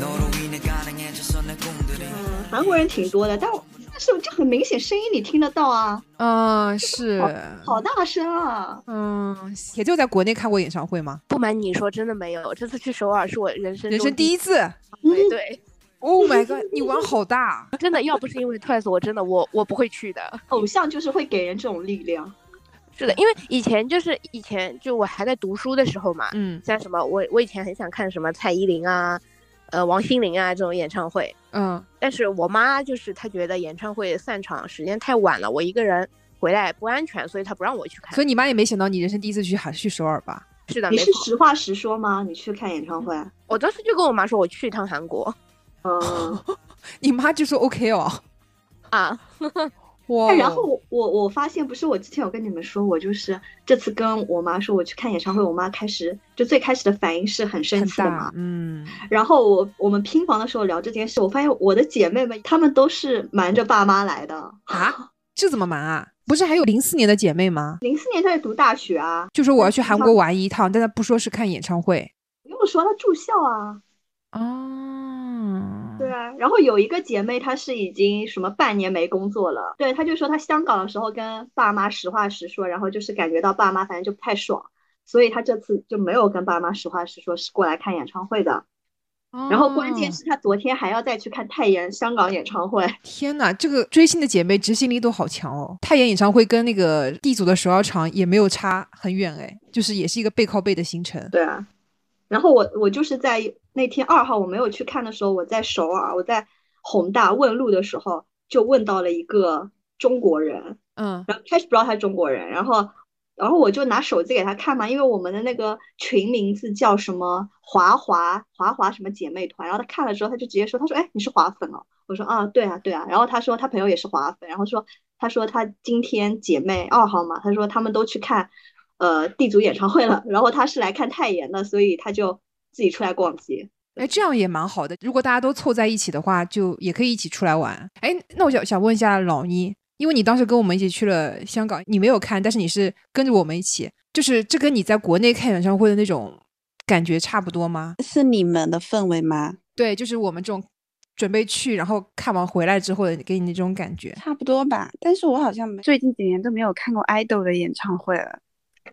S5: 너로 인해 가능해져서 내 꿈들이
S3: 嗯韩国人挺多的，但我但是就很明显声音你听得到啊，
S2: 嗯，是，
S3: 好大声啊！
S2: 嗯，铁就在国内看过演唱会吗？
S1: 不瞒你说，真的没有。这次去首尔是我人生
S2: 人生第
S1: 一
S2: 一 次。
S1: 回，对，
S2: Oh my god！你玩好大，啊
S1: 真的，要不是因为 Twice，我真的我我不会去的。
S3: 偶像就是会给人这种力量。
S1: 是的，因为以前就是以前就我还在读书的时候嘛，
S2: 嗯
S1: 像什么我我以前很想看什么蔡依林啊，呃王心凌啊这种演唱会，
S2: 嗯
S1: 但是我妈就是她觉得演唱会散场时间太晚了，我一个人回来不安全，所以她不让我去看
S2: 所。以你妈也没想到你人生第一次去还去首尔吧？
S1: 是的，
S3: 你
S1: 没
S3: 是
S1: 错。
S3: 实话实说吗？你去看演唱会？
S1: 我当时就跟我妈说我去一趟韩国
S3: 嗯，
S2: 你妈就说 OK 哦，
S1: 啊，
S2: 哇哦
S3: 哎，然后我我我发现，不是我之前有跟你们说，我就是这次跟我妈说我去看演唱会，我妈开始就最开始的反应是很生
S2: 很
S3: 气的
S2: 大
S3: 嘛，。
S2: 嗯，
S3: 然后我我们拼房的时候聊这件事，我发现我的姐妹们她们都是瞒着爸妈来的。
S2: 啊，这怎么瞒啊？不是还有零四年的姐妹吗？
S3: 零四年她在读大学啊，
S2: 就说我要去韩国玩一趟，但她不说是看演唱会
S3: 不用说她住校啊，
S2: 啊。
S3: 对啊。然后有一个姐妹她是已经什么半年没工作了，对，她就说她香港的时候跟爸妈实话实说，然后就是感觉到爸妈反正就不太爽。所以她这次就没有跟爸妈实话实说，是过来看演唱会的。然后关键
S2: 啊
S3: 是他昨天还要再去看泰妍香港演唱会，
S2: 天呐，这个追星的姐妹执行力都好强哦！泰妍演唱会跟那个 D 组的首尔场也没有差很远哎，就是也是一个背靠背的行程。
S3: 对啊。然后我我就是在那天二号我没有去看的时候，我在首尔，我在宏大问路的时候就问到了一个中国人，
S2: 嗯
S3: 然后开始不知道他是中国人，然后然后我就拿手机给他看嘛，因为我们的那个群名字叫什么华华华华什么姐妹团，然后他看了之后他就直接说，他说哎你是华粉哦，我说啊对啊对啊，然后他说他朋友也是华粉，然后说他说他今天姐妹二号嘛，他说他们都去看呃 D 组演唱会了，然后他是来看泰妍的，所以他就自己出来逛街。
S2: 哎，这样也蛮好的。如果大家都凑在一起的话，就也可以一起出来玩。哎，那我想想问一下老妮，因为你当时跟我们一起去了香港，你没有看，但是你是跟着我们一起，就是这跟你在国内看演唱会的那种感觉差不多吗？
S4: 是你们的氛围吗？
S2: 对，就是我们这种准备去，然后看完回来之后的给你那种感觉。
S4: 差不多吧，但是我好像没最近几年都没有看过 idol 的演唱会了，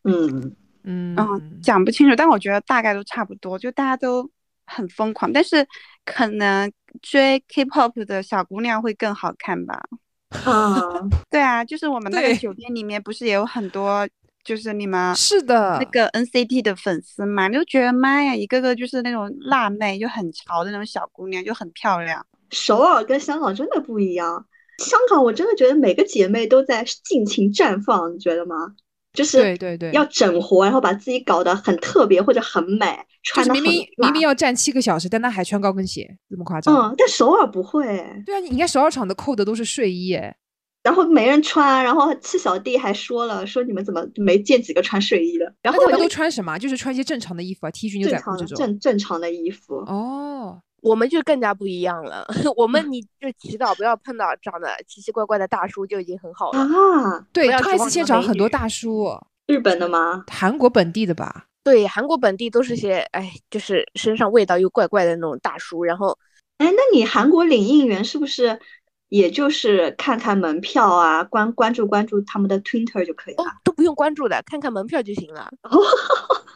S3: 嗯，
S2: 嗯，
S4: 嗯，讲不清楚，但我觉得大概都差不多，就大家都很疯狂，但是可能追 K-pop 的小姑娘会更好看吧。
S3: 啊，
S4: 对啊，就是我们那
S2: 对
S4: 个酒店里面不是也有很多，就是你们
S2: 嗯是的，
S4: 那个 NCT 的粉丝嘛，你就觉得妈呀，一个个就是那种辣妹，就很潮的那种小姑娘，就很漂亮。
S3: 首尔跟香港真的不一样。香港我真的觉得每个姐妹都在尽情绽放，你觉得吗？就是
S2: 对对对，
S3: 要整活，然后把自己搞得很特别或者很美，
S2: 就
S3: 穿
S2: 是
S3: 的
S2: 明
S3: 很
S2: 明
S3: 辣
S2: 明明要站七个小时，但他还穿高跟鞋，这么夸张？
S3: 嗯，但首尔不会，
S2: 对啊，你你看首尔场的扣的都是睡衣，哎，
S3: 然后没人穿，然后七小弟还说了，说你们怎么没见几个穿睡衣的？
S2: 那
S3: 然后
S2: 他
S3: 我
S2: 们
S3: 就
S2: 都穿什么？啊就是穿一些正常的衣服啊，T 恤、牛
S3: 正
S2: 仔裤
S3: 常
S2: 这
S3: 的
S2: 种。
S3: 正正常的衣服，
S2: 哦，
S1: 我们就更加不一样了。 我们你就祈祷不要碰到长得奇奇怪怪的大叔就已经很好了。
S3: 啊，
S2: 对
S1: 不要指望
S2: ，TWICE 现场很
S1: 美
S2: 多
S1: 女
S2: 大叔，
S3: 日本的吗？
S2: 韩国本地的吧？
S1: 对，韩国本地都是些哎，就是身上味道又怪怪的那种大叔，然后
S3: 哎，那你韩国领应援是不是也就是看看门票啊，关关注关注他们的 Twitter 就可以
S1: 哦
S3: 了。，
S1: 都不用关注的，看看门票就行了。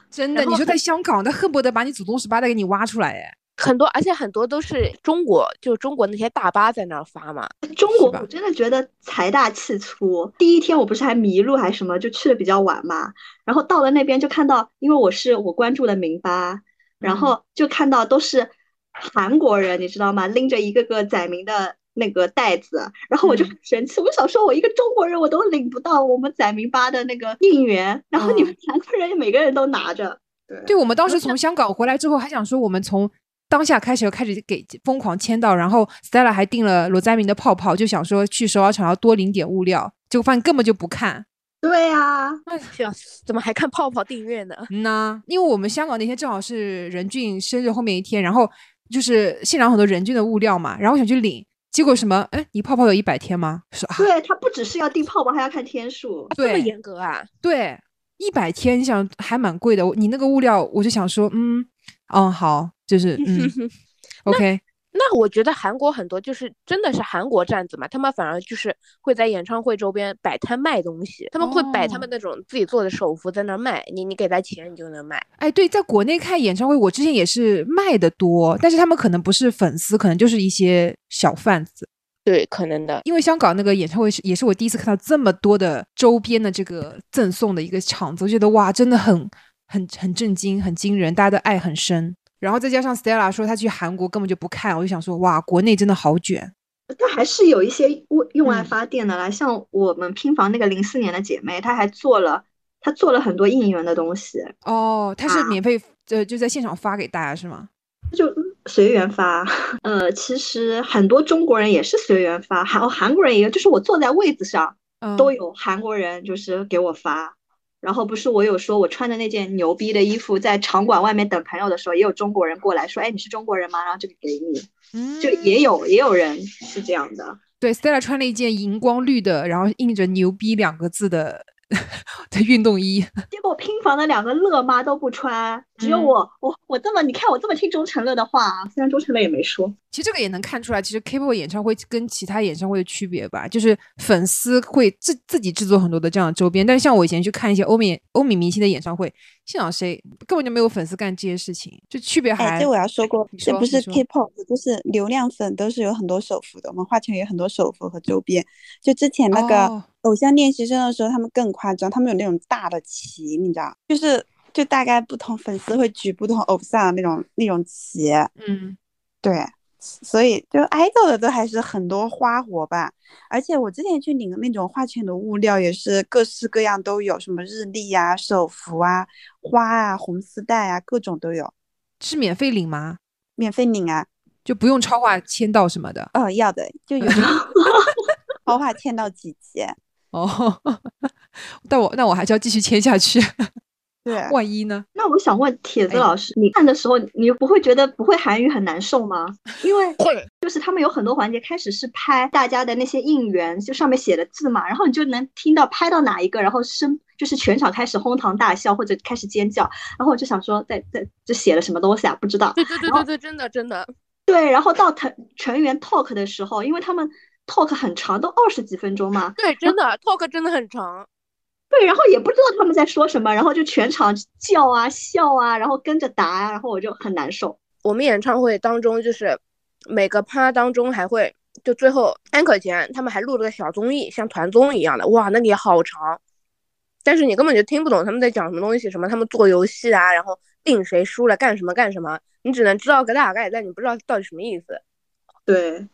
S2: 真的，
S1: 然后
S2: 你说在香港，那恨不得把你祖宗十八代给你挖出来哎。
S1: 很多，而且很多都是中国，就中国那些大巴在那儿发嘛。
S3: 中国
S2: 吧
S3: 我真的觉得财大气粗。第一天我不是还迷路还什么，就去的比较晚嘛。然后到了那边就看到，因为我是我关注的名吧，
S2: 嗯
S3: 然后就看到都是韩国人，你知道吗？拎着一个个载明的那个袋子，然后我就
S2: 嗯
S3: 很生气，我想说，我一个中国人我都领不到我们载明吧的那个应援，然后你
S2: 嗯
S3: 们韩国人每个人都拿着。
S2: 对，我们当时从香港回来之后，还想说我们从当下开始开始给疯狂签到，然后 Stella 还订了罗佳明的泡泡，就想说去首尔场要多领点物料，结果发现根本就不看。
S3: 对啊，
S1: 笑死，怎么还看泡泡订阅呢？
S2: 嗯呐，因为我们香港那天正好是任俊生日后面一天，然后就是现场很多任俊的物料嘛，然后我想去领，结果什么，哎，你泡泡有一百天吗？说啊，
S3: 对，他不只是要订泡泡，还要看天数。
S1: 哦这么
S2: 对
S1: 严格啊？
S2: 对，一百天，你想还蛮贵的，我你那个物料，我就想说，嗯，嗯，好，就是嗯，OK，
S1: 那我觉得韩国很多就是真的是韩国站子嘛，他们反而就是会在演唱会周边摆摊卖东西，他们会摆他们那种自己做的手幅在那儿卖，你你给他钱你就能买。
S2: 哎，对，在国内看演唱会，我之前也是卖的多，但是他们可能不是粉丝，可能就是一些小贩子。
S1: 对，可能的。
S2: 因为香港那个演唱会是也是我第一次看到这么多的周边的这个赠送的一个场子，我觉得哇，真的很很很震惊，很惊人，大家的爱很深。然后再加上 Stella 说她去韩国根本就不看，我就想说哇，国内真的好卷。
S3: 但还是有一些用用来
S2: 嗯
S3: 发电的啦，像我们拼房那个零四年的姐妹，她还做了，她做了很多应援的东西，
S2: 哦，她是
S3: 啊
S2: 免费呃就在现场发给大家是吗？
S3: 就随缘发。呃，其实很多中国人也是随缘发，韩韩国人也有，就是我坐在位子上
S2: 嗯，
S3: 都有韩国人就是给我发。然后不是我有说我穿着那件牛逼的衣服在场馆外面等朋友的时候，也有中国人过来说，哎，你是中国人吗？然后就给你，就也
S2: 有。
S3: 有也有人是这样的。
S2: 嗯对，Stella 穿了一件荧光绿的，然后印着“牛逼”两个字的 的运动衣。
S3: 结果拼房的两个乐妈都不穿，只有
S2: 嗯
S3: 我，我我这么，你看我这么听钟成乐的话啊，虽然钟成乐也没说，
S2: 其实这个也能看出来，其实 K-pop 演唱会跟其他演唱会的区别吧，就是粉丝会自自己制作很多的这样的周边，但是像我以前去看一些欧美欧美明星的演唱会，现场谁根本就没有粉丝干这些事情，就区别还。哦
S6: 哎，这我要说过
S2: 你，
S6: 这
S2: 说
S6: 不
S2: 你
S6: 是
S2: 说
S6: K-pop，就是流量粉都是有很多手幅的。我们华强有很多手幅和周边。就之前那个
S2: 哦
S6: 偶像练习生的时候，他们更夸张，他们有那种大的旗，你知道，就是就大概不同粉丝会举不同偶像的那种那种旗。
S2: 嗯，
S6: 对，所以就 idol 的都还是很多花活吧，而且我之前去领的那种画圈的物料也是各式各样都有，什么日历啊、手幅啊、花啊、红丝带啊，各种都有，
S2: 是免费领吗？
S6: 免费领啊。
S2: 就不用超话签到什么的
S6: 呃，要的就有 豪华签到几级？
S2: 哦。 但我那我还是要继续签下去，
S6: 对，
S2: 万一呢？
S3: 那我想问铁子
S2: 哎
S3: 老师，你看的时候，你不会觉得不会韩语很难受吗？因为
S1: 会
S3: 就是他们有很多环节开始是拍大家的那些应援，就上面写的字嘛，然后你就能听到拍到哪一个，然后声就是全场开始哄堂大笑或者开始尖叫，然后我就想说在在这写了什么东西啊？不知道。
S1: 对对对对对，真的真的。
S3: 对，然后到成成员 talk 的时候，因为他们 talk 很长，都二十几分钟嘛，
S1: 对，真的 talk 真的很长。
S3: 对，然后也不知道他们在说什么，然后就全场叫啊、笑啊，然后跟着答啊，然后我就很难受。
S1: 我们演唱会当中就是每个趴当中还会就最后安可前他们还录了个小综艺，像团综一样的，哇，那个也好长，但是你根本就听不懂他们在讲什么东西，什么他们做游戏啊，然后定谁输了干什么干什么，你只能知道个大概，但你不知道到底什么意思。
S3: 对，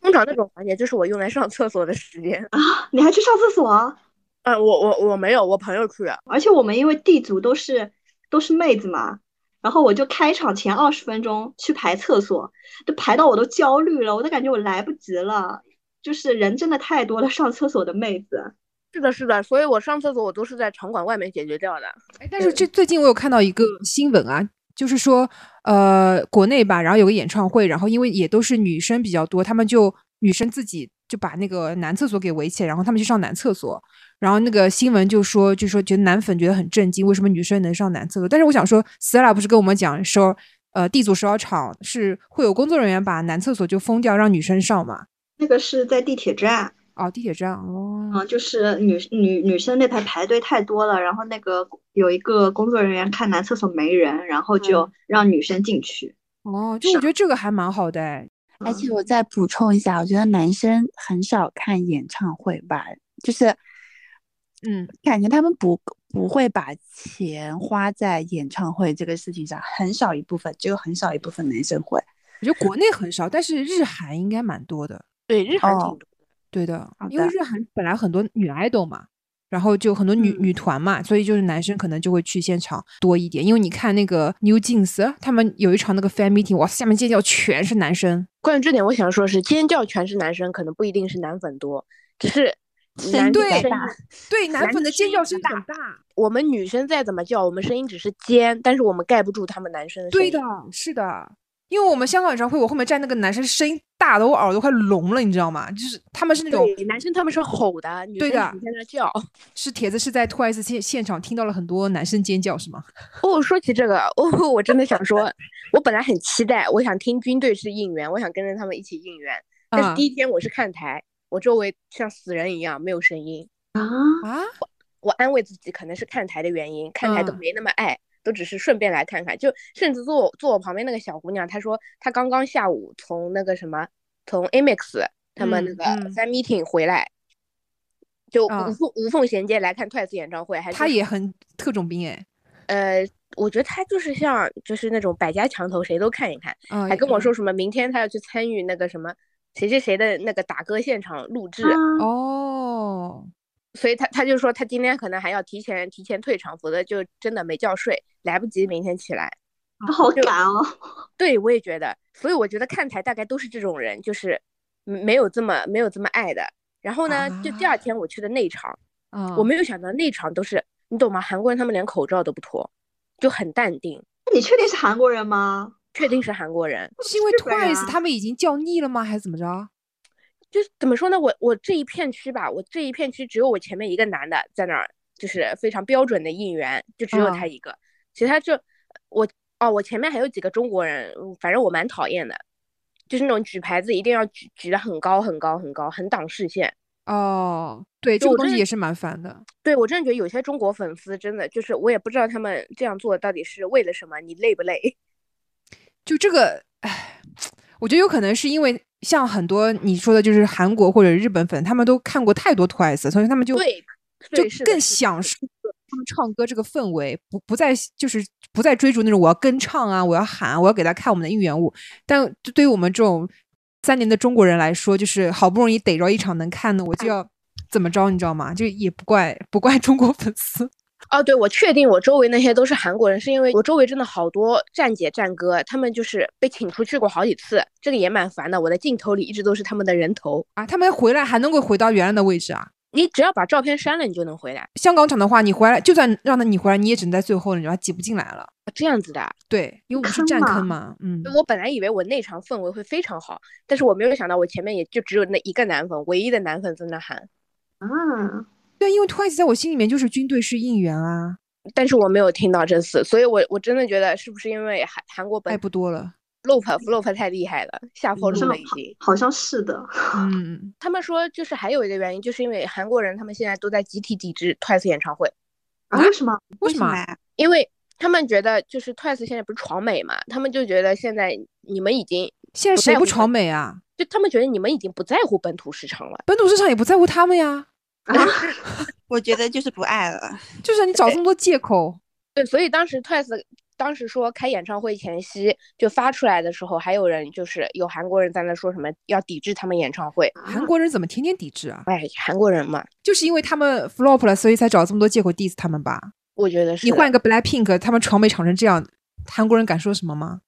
S1: 通常那种环节就是我用来上厕所的时间。
S3: 你还去上厕所？啊
S1: 嗯，我我我没有，我朋友去的。
S3: 而且我们因为 D 组都是都是妹子嘛，然后我就开场前二十分钟去排厕所，就排到我都焦虑了，我都感觉我来不及了。就是人真的太多了，上厕所的妹子。
S1: 是的，是的，所以我上厕所我都是在场馆外面解决掉的。
S2: 哎，但是这最近我有看到一个新闻啊，就是说，呃，国内吧，然后有个演唱会，然后因为也都是女生比较多，他们就女生自己就把那个男厕所给围起来，然后他们去上男厕所，然后那个新闻就说，就说觉得男粉觉得很震惊，为什么女生能上男厕所？但是我想说，Stella 不是跟我们讲说，呃，地组十二场是会有工作人员把男厕所就封掉，让女生上嘛。
S3: 那个是在地铁站，
S2: 哦，地铁站哦，
S3: 嗯，就是女女女生那排排队太多了，然后那个有一个工作人员看男厕所没人，然后就让女生进去。
S2: 哦，就我觉得这个还蛮好的哎，
S6: 而且我再补充一下，我觉得男生很少看演唱会吧，就是
S2: 嗯，
S6: 感觉他们不不会把钱花在演唱会这个事情上，很少一部分，只有很少一部分男生会。
S2: 我觉得国内很少，但是日韩应该蛮多的。
S1: 对，日韩挺
S6: 哦
S1: 多的。
S2: 对的
S6: 好，
S2: 因为
S6: 的
S2: 日韩本来很多女 idol 嘛，然后就很多
S1: 嗯
S2: 女、女团嘛，所以就是男生可能就会去现场多一点。因为你看那个 New Jeans，他们有一场那个 fan meeting，哇，下面尖叫全是男生。
S1: 关于这点，我想说是尖叫全是男生，可能不一定是男粉多，只是男
S2: 对
S1: 生
S2: 对，男粉的尖叫声
S1: 声音
S2: 很
S1: 很
S2: 大。
S1: 我们女生再怎么叫，我们声音只是尖，但是我们盖不住他们男生的声
S2: 对
S1: 音。
S2: 的，是的，因为我们香港演唱会，我后面站那个男生声音大的我耳朵快聋了，你知道吗？就是他们是那种
S1: 对，男生他们是吼的，女
S2: 对
S1: 生
S2: 的
S1: 只在那叫。
S2: 是帖子是在 Twice 现现场听到了很多男生尖叫是吗？
S1: 哦，说起这个，哦，我真的想说，我本来很期待，我想听军队是应援，我想跟着他们一起应援。但是
S2: 啊
S1: 第一天我是看台，我周围像死人一样没有声音。
S3: 啊，
S2: 啊，
S1: 我安慰自己可能是看台的原因，看台都
S2: 嗯
S1: 没那么爱，都只是顺便来看看。就甚至坐我坐我旁边那个小姑娘，她说她刚刚下午从那个什么，从 Amex 他们那
S2: 嗯
S1: 个
S2: 嗯
S1: fan meeting 回来，就无
S2: 啊
S1: 缝、无缝衔接来看 Twice 演唱会，还是
S2: 他也很特种兵哎，
S1: 呃，我觉得她就是像就是那种百家墙头谁都看一看，
S2: 啊，
S1: 还跟我说什么明天她要去参与那个什么谁谁谁的那个打歌现场录制，
S3: 啊
S2: 哦，
S1: 所以他他就说他今天可能还要提前提前退场，否则就真的没觉睡，来不及明天起来。
S3: 好赶哦！
S1: 对，我也觉得，所以我觉得看台大概都是这种人，就是没没有这么没有这么爱的。然后呢，就第二天我去的内场，
S2: 啊，
S1: 我没有想到内场都是你懂吗？韩国人他们连口罩都不脱，就很淡定，
S3: 你确定是韩国人吗？
S1: 确定是韩国人。
S2: 是因为
S3: 日本人
S2: Twice
S3: 啊
S2: 他们已经叫腻了吗？还是怎么着？
S1: 就是怎么说呢，我我这一片区吧，我这一片区只有我前面一个男的在那儿，就是非常标准的应援，就只有他
S2: 嗯
S1: 一个。其他就我哦，我前面还有几个中国人，嗯反正我蛮讨厌的，就是那种举牌子一定要举举得很高很高很高，很挡视线。
S2: 哦，对，这
S1: 就
S2: 个
S1: 我
S2: 东
S1: 真
S2: 西
S1: 的
S2: 也是蛮烦的。
S1: 对我真的觉得有些中国粉丝真的就是我也不知道他们这样做到底是为了什么，你累不累？
S2: 就这个，唉，我觉得有可能是因为像很多你说的，就是韩国或者日本粉，他们都看过太多 Twice，所以他们就
S1: 对对是
S2: 就
S1: 的是的
S2: 更享受他们唱歌这个氛围，不不再就是不再追逐那种我要跟唱啊，我要喊，我要给他看我们的应援物。但就对于我们这种三年的中国人来说，就是好不容易逮着一场能看的，我
S1: 哎
S2: 就要怎么着，你知道吗？就也不怪不怪中国粉丝。
S1: 哦，对，我确定我周围那些都是韩国人，是因为我周围真的好多站姐站哥，他们就是被请出去过好几次，这个也蛮烦的。我的镜头里一直都是他们的人头，
S2: 啊，他们回来还能够回到原来的位置啊？
S1: 你只要把照片删了，你就能回来，
S2: 香港场的话，你回来就算让他你回来，你也只能在最后了，你知道吧挤不进来了。
S1: 这样子的。
S2: 对，因为我们是
S3: 坑
S2: 占
S3: 嘛
S2: 坑嘛，嗯，
S1: 我本来以为我那场氛围会非常好，但是我没有想到我前面也就只有那一个男粉，唯一的男粉在那喊，
S3: 啊，
S2: 对，因为 Twice 在我心里面就是军队式应援啊，
S1: 但是我没有听到这次，所以我我真的觉得是不是因为韩韩国
S2: 爱
S1: 本
S2: 哎不多了，
S1: flop flop 太厉害了，下坡
S2: 嗯
S1: 路了已经。
S3: 好像是的。
S2: 嗯，
S1: 他们说，就是还有一个原因，就是因为韩国人他们现在都在集体抵制 Twice 演唱会，
S3: 啊，为什么？
S2: 为
S6: 什
S2: 什么啊？
S6: 啊？
S1: 因为他们觉得就是 Twice 现在不是闯美嘛，他们就觉得现在你们已经
S2: 现在
S1: 不
S2: 谁
S1: 在
S2: 不
S1: 乎
S2: 朝
S1: 本
S2: 美啊？
S1: 就他们觉得你们已经不在乎本土市场了。
S2: 本土市场也不在乎他们呀，
S3: 啊，
S6: 我觉得就是不爱了。
S2: 就是你找这么多借口，
S1: 对，所以当时 Twice 当时说开演唱会前夕就发出来的时候，还有人就是有韩国人在那说什么要抵制他们演唱会，
S2: 韩国人怎么天天抵制啊？
S1: 哎，韩国人嘛，
S2: 就是因为他们 flop 了，所以才找这么多借口 diss 他们吧？
S1: 我觉得是
S2: 你
S1: 的。
S2: 换一个 Blackpink，他们朝美吵成这样，韩国人敢说什么吗？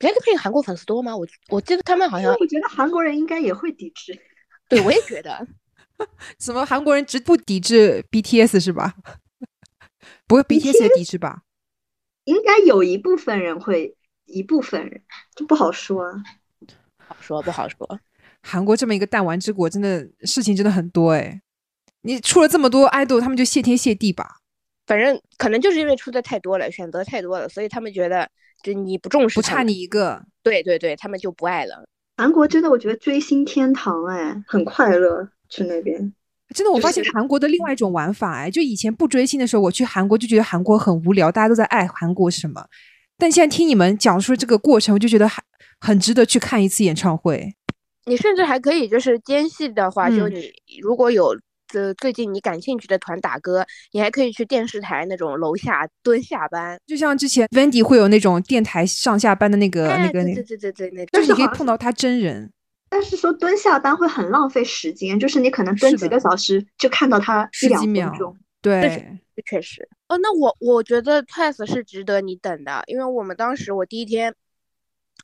S1: Blackpink 韩国粉丝多吗？我我记得他们好
S3: 因为
S1: 像，
S3: 我觉得韩国人应该也会抵制。
S1: 对我也觉得。
S2: 什么韩国人只不抵制 BTS 是吧？ 不会 BTS 也抵制吧？
S3: 应该有一部分人会，一部分人这不好说啊。
S1: 不好说不好说，
S2: 韩国这么一个弹丸之国，真的事情真的很多哎。你出了这么多爱豆，他们就谢天谢地吧，
S1: 反正可能就是因为出的太多了，选择太多了，所以他们觉得就你不重视
S2: 不
S1: 他
S2: 差
S1: 们
S2: 你一个。
S1: 对对对，他们就不爱了。
S3: 韩国真的我觉得追星天堂哎，很快乐去那边。
S2: 真的，我
S3: 就
S2: 发现
S3: 是
S2: 韩国的另
S1: 嗯
S2: 外一种玩法哎，就以前不追星的时候，我去韩国就觉得韩国很无聊，大家都在爱韩国什么。但现在听你们讲述这个过程，我就觉得很很值得去看一次演唱会。
S1: 你甚至还可以就是间隙的话，就
S2: 嗯
S1: 你如果有呃最近你感兴趣的团打歌，你还可以去电视台那种楼下蹲下班。
S2: 就像之前 Wendy 会有那种电台上下班的那个、
S1: 哎
S2: 那
S1: 对
S2: 个那个，
S1: 对对对对，那种
S2: 就是你可以碰到他真人。
S3: 但是说蹲下班会很浪费时间，就是你可能蹲
S2: 是
S3: 几
S2: 的
S3: 个小时就看到他
S2: 十
S3: 一两
S2: 几秒
S3: 分钟。
S2: 对，
S1: 确实。哦，那我我觉得 Twice 是值得你等的，因为我们当时我第一天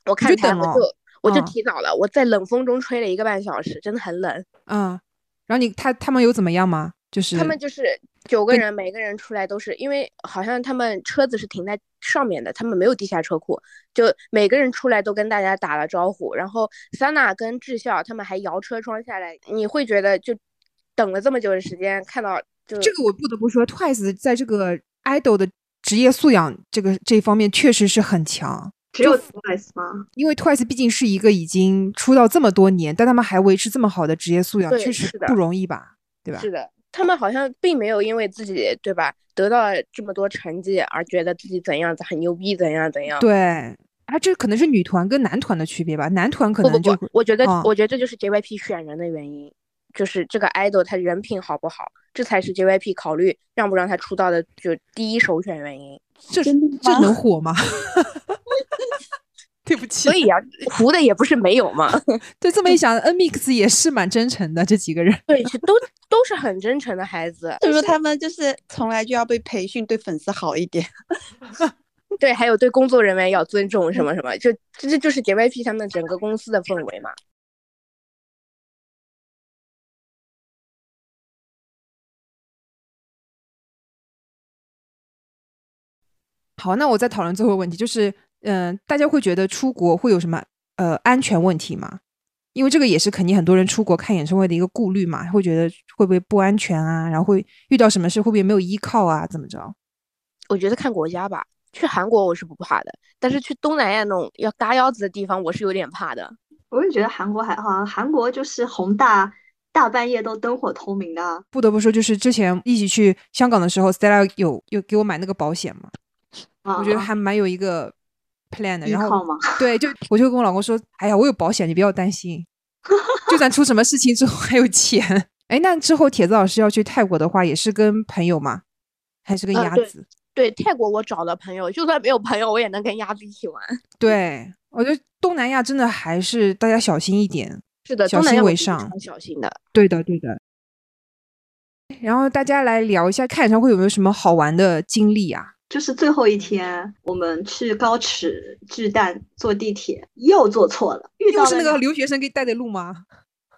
S1: 我看
S2: 就
S1: 台
S2: 等
S1: 我
S2: 哦
S1: 就我就
S2: 嗯
S1: 提早了，我在冷风中吹了一个半小时，真的很冷。
S2: 嗯，然后你他他们有怎么样吗？就是
S1: 他们就是九个人，每个人出来都是因为好像他们车子是停在上面的，他们没有地下车库，就每个人出来都跟大家打了招呼。然后 Sana 跟智孝他们还摇车窗下来，你会觉得就等了这么久的时间，看到就
S2: 这个我不得不说，Twice 在这个 idol 的职业素养这个这一方面确实是很强。
S3: 只有 Twice 吗？
S2: 因为 Twice 毕竟是一个已经出道这么多年，但他们还维持这么好的职业素养，
S1: 对
S2: 确实
S1: 是的
S2: 不容易吧？对吧？啊
S1: 是的，他们好像并没有因为自己对吧得到了这么多成绩而觉得自己怎样很牛逼怎样怎样。
S2: 对，啊，这可能是女团跟男团的区别吧？男团可
S1: 不
S2: 能
S1: 不
S2: 就
S1: 不，我觉得、
S2: 嗯
S1: 我觉得这就是 JYP 选人的原因，就是这个 idol 他人品好不好，这才是 JYP 考虑让不让他出道的就第一首选原因。
S2: 这
S6: 真的
S2: 这
S6: 吗
S2: 能火吗？ 对不起
S1: 所，以啊，糊的也不是没有嘛，
S2: 对这么一想，N Mix 也是蛮真诚的，这几个人。
S1: 对，是都都是很真诚的孩子。
S6: 是不是他们 就是从来就要被培训对粉丝好一点？
S1: 对，还有对工作人员要尊重什么什么，就这这就是 JYP 他们整个公司的氛围嘛。
S2: 好，那我再讨论最后一个问题，就是，嗯、大家会觉得出国会有什么呃安全问题吗？因为这个也是肯定很多人出国看演唱会的一个顾虑嘛，会觉得会不会不安全啊，然后会遇到什么事会不会没有依靠啊，怎么着？
S1: 我觉得看国家吧，去韩国我是不怕的，但是去东南亚那种要嘎腰子的地方，我是有点怕的。
S3: 我也觉得韩国还好，啊，韩国就是宏大大半夜都灯火通明的啊，
S2: 不得不说，就是之前一起去香港的时候，Stella 有有给我买那个保险嘛，我觉得
S3: 啊
S2: 还蛮有一个 plan 的。
S3: 依
S2: 然后
S3: 靠嘛，
S2: 对，就我就跟我老公说，哎呀，我有保险，你不要担心， 就算出什么事情之后还有钱。哎，那之后铁子老师要去泰国的话，也是跟朋友吗？还是跟
S3: 啊
S1: 呃
S2: 鸭
S1: 对
S2: 子？
S1: 对泰国，我找了朋友，就算没有朋友，我也能跟鸭子一起玩。
S2: 对，我觉得东南亚真的还是大家小心一点。
S1: 是的，
S2: 小
S1: 东南
S2: 心
S1: 亚
S2: 为
S1: 我是
S2: 上
S1: 超小心的。
S2: 对的，对的。然后大家来聊一下看演唱会有没有什么好玩的经历啊？
S3: 就是最后一天，我们去高尺巨蛋坐地铁，又坐错了，遇到
S2: 又是
S3: 了
S2: 那个
S3: 两
S2: 留学生给带的路吗？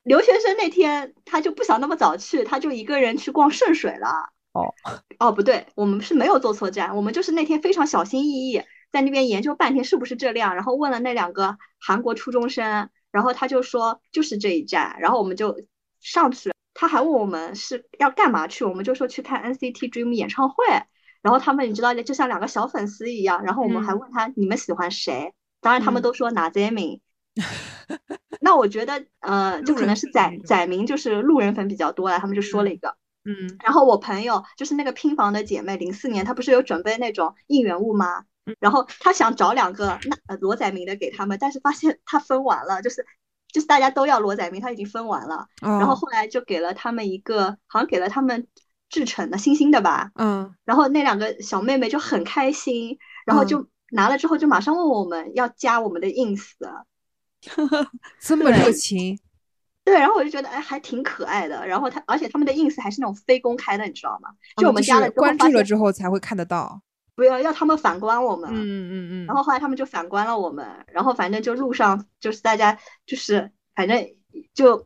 S3: 留学生那天他就不想那么早去，他就一个人去逛圣水了。
S2: 哦
S3: 哦，不对，我们是没有坐错站，我们就是那天非常小心翼翼，在那边研究半天是不是这辆，然后问了那两个韩国初中生，然后他就说就是这一站，然后我们就上去了。他还问我们是要干嘛去，我们就说去看 NCT Dream 演唱会。然后他们你知道，就像两个小粉丝一样。然后我们还问他、你们喜欢谁，当然他们
S2: 嗯
S3: 都说哪 z m 那我觉得，呃，就
S2: 路
S3: 可
S2: 人
S3: 能是
S2: 粉的那
S3: 载
S2: 种
S3: 载明就是路人粉比较多啦，他们就说了一个。
S2: 嗯
S3: 然后我朋友就是那个拼房的姐妹，零四年她不是有准备那种应援物吗？
S2: 嗯
S3: 然后她想找两个那呃罗载明的给他们，但是发现她分完了，就是就是大家都要罗载明，她已经分完了。
S2: 哦，
S3: 然后后来就给了他们一个，好像给了他们制成的星星的吧。
S2: 嗯，
S3: 然后那两个小妹妹就很开心，然后就拿了之后就马上问我们要加我们的 ins。
S2: 这么热
S3: 对
S2: 情，
S3: 对，然后我就觉得哎，还挺可爱的。然后他，而且他们的 ins 还是那种非公开的，你知道吗？就
S2: 嗯
S3: 我们加
S2: 是
S3: 了之后
S2: 关
S3: 发
S2: 注了
S3: 现，
S2: 之后才会看得到。
S3: 不要要他们反观我们。
S2: 嗯嗯嗯，
S3: 然后后来他们就反观了我们，然后反正就路上就是大家就是反正就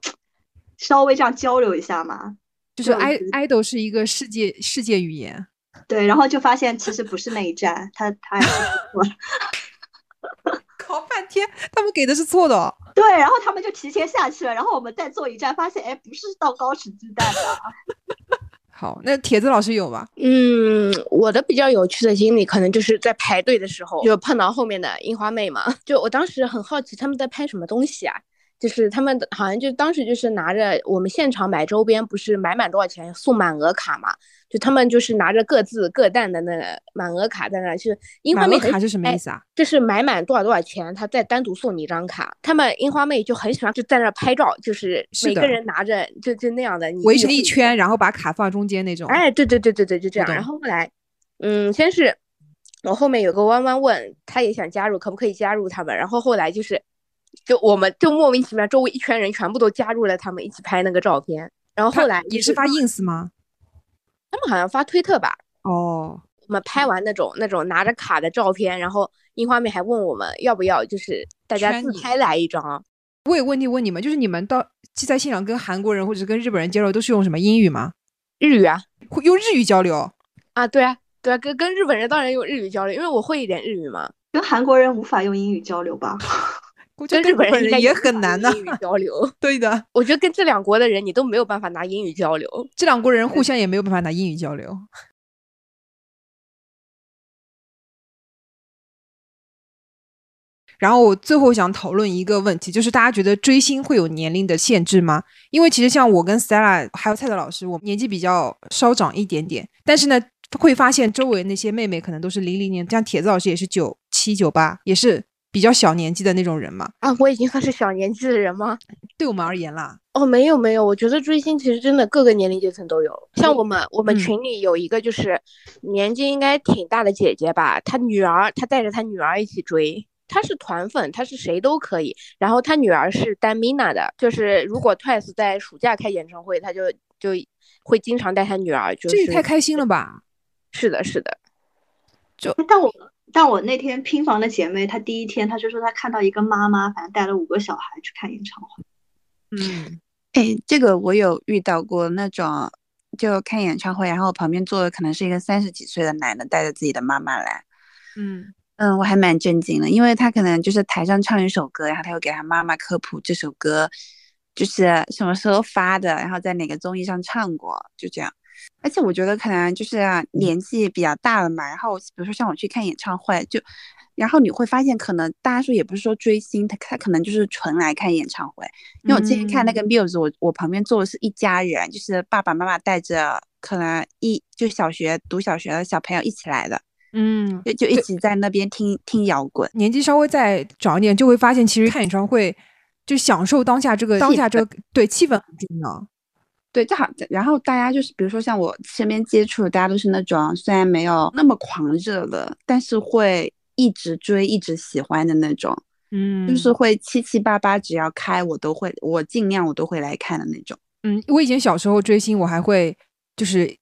S3: 稍微这样交流一下嘛。
S2: 就是
S3: 就我
S2: i
S3: 觉得
S2: idol 是一个世界世界语言。
S3: 对，然后就发现其实不是那一站，他他还是 错了。
S2: 搞半天，他们给的是错的、哦。
S3: 对，然后他们就提前下去了，然后我们再坐一站，发现哎，不是到高尺巨蛋的。啊
S2: 好，那铁子老师有吗？
S1: 嗯，我的比较有趣的经历，可能就是在 排队的时候，就碰到后面的樱花妹嘛。就我当时很好奇他们在拍什么东西啊，就是他们的好像就当时就是拿着我们现场买周边，不是买满多少钱送满额卡嘛？就他们就是拿着各自各单的那个满额卡在那，就是樱花
S2: 满
S1: 妹
S2: 额
S1: 很
S2: 卡是什么
S1: 哎
S2: 意思啊？
S1: 就是买满多少多少钱，他再单独送你一张卡。他们樱花妹就很喜欢就在那拍照，就是
S2: 是
S1: 每个
S2: 的
S1: 人拿着就就那样的，你
S2: 围
S1: 一
S2: 成一
S1: 户
S2: 圈，然后把卡放中间那种。
S1: 哎，对对对对对，就这
S2: 我
S1: 样。然
S2: 懂
S1: 后后来，嗯，先是我后面有个弯弯问，他也想加入，可不可以加入他们？然后后来就是，就我们就莫名其妙，周围一圈人全部都加入了他们一起拍那个照片。然后
S2: 他
S1: 后来
S2: 也
S1: 就是
S2: 发
S1: 他们
S2: ins 吗？
S1: 他们好像发推特吧，
S2: 哦，
S1: 我们拍完那种那种拿着卡的照片，然后樱花妹还问我们要不要，就是大家
S2: 圈
S1: 自
S2: 你
S1: 拍来一张。
S2: 我有问题问你们，就是你们到在现场跟韩国人或者是跟日本人交流都是用什么英语吗？
S1: 日语啊
S2: 会用日语交流？
S1: 啊，对啊对啊，跟跟日本人当然用日语交流，因为我会一点日语嘛，
S3: 跟韩国人无法用英语交流吧？
S2: 我觉
S1: 跟
S2: 得
S1: 日
S2: 跟
S1: 本人应该
S2: 也
S1: 无法
S2: 很难
S1: 用
S2: 呐、
S1: 英语交流。
S2: 对的，
S1: 我觉得跟这两国的人你都没有办法拿英语交流。
S2: 这两国人互相也没有办法拿英语交流。 然后我最后想讨论一个问题，就是大家觉得追星会有年龄的限制吗？因为其实像我跟 Stella 还有蔡德老师，我们年纪比较稍长一点点，但是呢，会发现周围那些妹妹可能都是零零年，像铁子老师也是九七九八，也是比较小年纪的那种人嘛。
S1: 啊，我已经算是小年纪的人吗？
S2: 对我们而言啦，
S1: 哦，没有没有，我觉得追星其实真的各个年龄阶层都有。像我们我们
S2: 嗯
S1: 群里有一个就是年纪应该挺大的姐姐吧，她女儿她带着她女儿一起追，她是团粉，她是谁都可以。然后她女儿是带 Mina 的，就是如果 Twice 在暑假开演唱会，她就就会经常带她女儿，就
S2: 这也
S1: 是
S2: 太开心了吧！
S1: 是的是的，
S3: 但我但我那天拼房的姐妹，她第一天她就说她看到一个妈妈，反正带了五个小孩去看演唱会。
S2: 嗯，
S6: 哎，这个我有遇到过那种，就看演唱会，然后旁边坐的可能是一个三十几岁的男的，带着自己的妈妈来。
S2: 嗯，
S6: 嗯，我还蛮震惊的，因为他可能就是台上唱一首歌，然后他又给他妈妈科普这首歌就是什么时候发的，然后在哪个综艺上唱过，就这样。而且我觉得可能就是啊年纪比较大了嘛，然后比如说像我去看演唱会，就然后你会发现，可能大家说也不是说追星，他他可能就是纯来看演唱会。因为我之前看那个 Muse，我我旁边坐的是一家人，就是爸爸妈妈带着可能一就小学读小学的小朋友一起来的，
S2: 嗯，
S6: 就就一起在那边听听摇滚。
S2: 年纪稍微再长一点，就会发现其实看演唱会就享受当下这个当
S6: 气
S2: 下这个对气氛很重要。
S6: 对，正好，然后大家就是，比如说像我身边接触的，大家都是那种虽然没有那么狂热了，但是会一直追、一直喜欢的那种，
S2: 嗯
S6: 就是会七七八八，只要开我都会，我尽量我都会来看的那种。
S2: 嗯，我以前小时候追星，我还会就是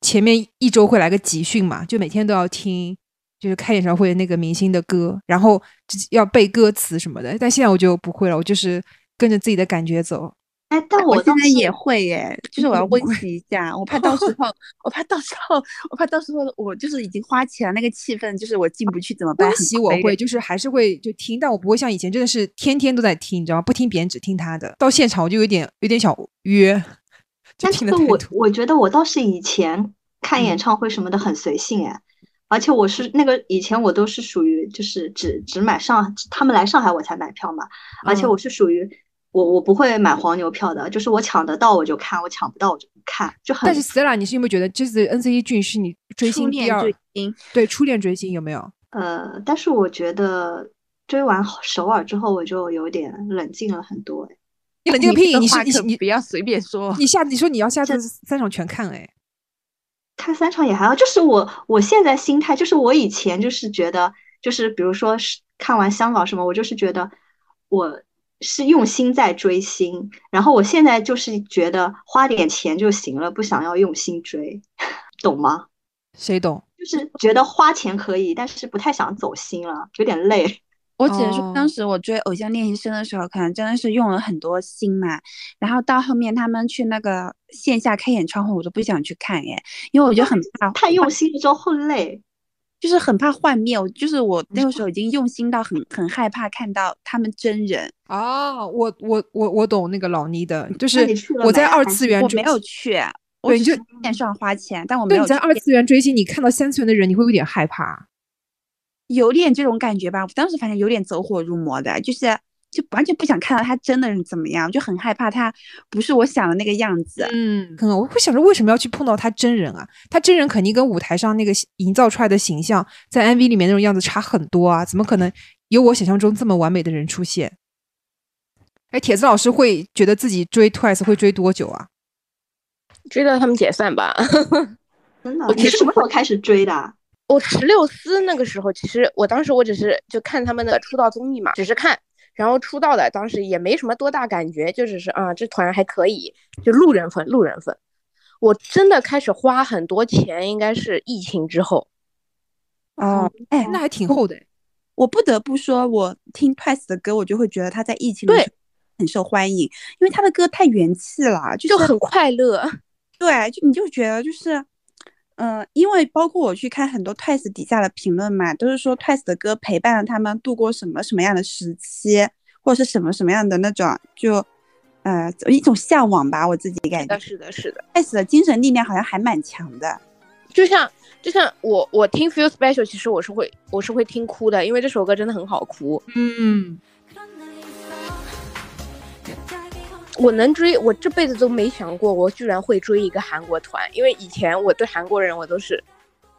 S2: 前面一周会来个集训嘛，就每天都要听，就是开演唱会那个明星的歌，然后自己要背歌词什么的。但现在我就不会了，我就是跟着自己的感觉走。
S3: 哎，但
S6: 我
S3: 我
S6: 现
S3: 倒
S6: 在
S3: 是
S6: 也会耶，就是我要
S2: 我
S6: 温习一下，我怕到时候，我怕到时候，我怕到时候我就是已经花钱了，那个气氛就是我进不去怎么办？
S2: 温
S6: 很
S2: 习我
S6: 亏
S2: 会，
S6: 耶，
S2: 就是还是会就听，但我不会像以前真的是天天都在听，你知道吗？不听别人只听他的。到现场我就有点有点想约，就
S3: 但
S2: 听
S3: 这
S2: 的
S3: 个
S2: 太
S3: 我
S2: 多。
S3: 我觉得我倒是以前看演
S2: 嗯
S3: 唱会什么的很随性哎，而且我是那个以前我都是属于就是只只买上他们来上海我才买票嘛，而且
S2: 嗯
S3: 我是属于我我不会买黄牛票的，就是我抢得到我就看，我抢不到我就不看，就很
S2: 但是 Stella，你是有没有觉得这次 NCT Dream 是你追
S6: 初
S2: 星第
S6: 恋
S2: 二
S6: 追星，
S2: 对初恋追星有没有？
S3: 呃，但是我觉得追完首尔之后我就有点冷静了很多哎。
S2: 你冷静个
S6: 你这
S2: 屁！
S6: 个
S2: 你是
S6: 话
S2: 你是
S6: 可
S2: 你
S6: 不要随便说
S2: 你下你说你要下次三场全看哎，
S3: 看三场也还好，就是我我现在心态，就是我以前就是觉得，就是比如说是看完香港什么，我就是觉得我是用心在追星，然后我现在就是觉得花点钱就行了，不想要用心追，懂吗？
S2: 谁懂？
S3: 就是觉得花钱可以，但是不太想走心了，有点累。
S6: 我只能说，当
S2: 哦
S6: 时我追《偶像练习生》的时候，可能真的是用了很多心嘛。然后到后面他们去那个线下开演唱会，我都不想去看耶，因为我觉得很怕，
S3: 太用心了之后会累。
S6: 就是很怕幻灭。我就是
S2: 嗯
S6: 我那个时候已经用心到很很害怕看到他们真人，
S2: 哦，我我我我懂那个老倪的，就
S3: 那
S2: 是
S3: 你去了
S2: 我在
S3: 没啊
S2: 二
S3: 还
S2: 次
S3: 是
S2: 元
S6: 我
S2: 追
S6: 没有
S2: 星，
S6: 去，啊我
S2: 对
S6: 只
S2: 就是
S6: 线上花钱，但我没
S2: 对你
S6: 有去
S2: 在二
S6: 线，
S2: 次元追星，你看到三次元的人，你会有点害怕。
S6: 有点这种感觉吧。我当时反正有点走火入魔的，就是就完全不想看到他真的人怎么样，就很害怕他不是我想的那个样子。
S2: 嗯，可能我会想着为什么要去碰到他真人啊？他真人肯定跟舞台上那个营造出来的形象，在 MV 里面那种样子差很多啊，怎么可能有我想象中这么完美的人出现？哎，铁子老师会觉得自己追 Twice 会追多久啊？
S1: 追到他们解散吧。
S3: 真的，
S1: 我
S3: 你
S1: 其
S3: 是
S1: 实
S3: 什么时候开始追的啊？
S1: 我十六思那个时候，其实我当时我只是就看他们的出道综艺嘛，只是看，然后出道的当时也没什么多大感觉，就只是啊这团还可以，就路人粉路人粉。我真的开始花很多钱，应该是疫情之后。
S6: 哦，哎，
S2: 那还挺厚的哎。
S6: 我不得不说，我听 Twice 的歌，我就会觉得他在疫情的
S1: 对
S6: 时候很受欢迎，因为他的歌太元气了，就是
S1: 就很快 乐。
S6: 对，就你就觉得就是，嗯、因为包括我去看很多 Twice 底下的评论嘛，都是说 Twice 的歌陪伴了他们度过什么什么样的时期，或者是什么什么样的那种，就，呃，一种向往吧。我自己感觉
S1: 是的，是的，
S6: Twice 的精神力量好像还蛮强的。
S1: 就像就像我我听 Feel Special，其实我是会我是会听哭的，因为这首歌真的很好哭。
S2: 嗯，
S1: 我能追，我这辈子都没想过我居然会追一个韩国团，因为以前我对韩国人我都是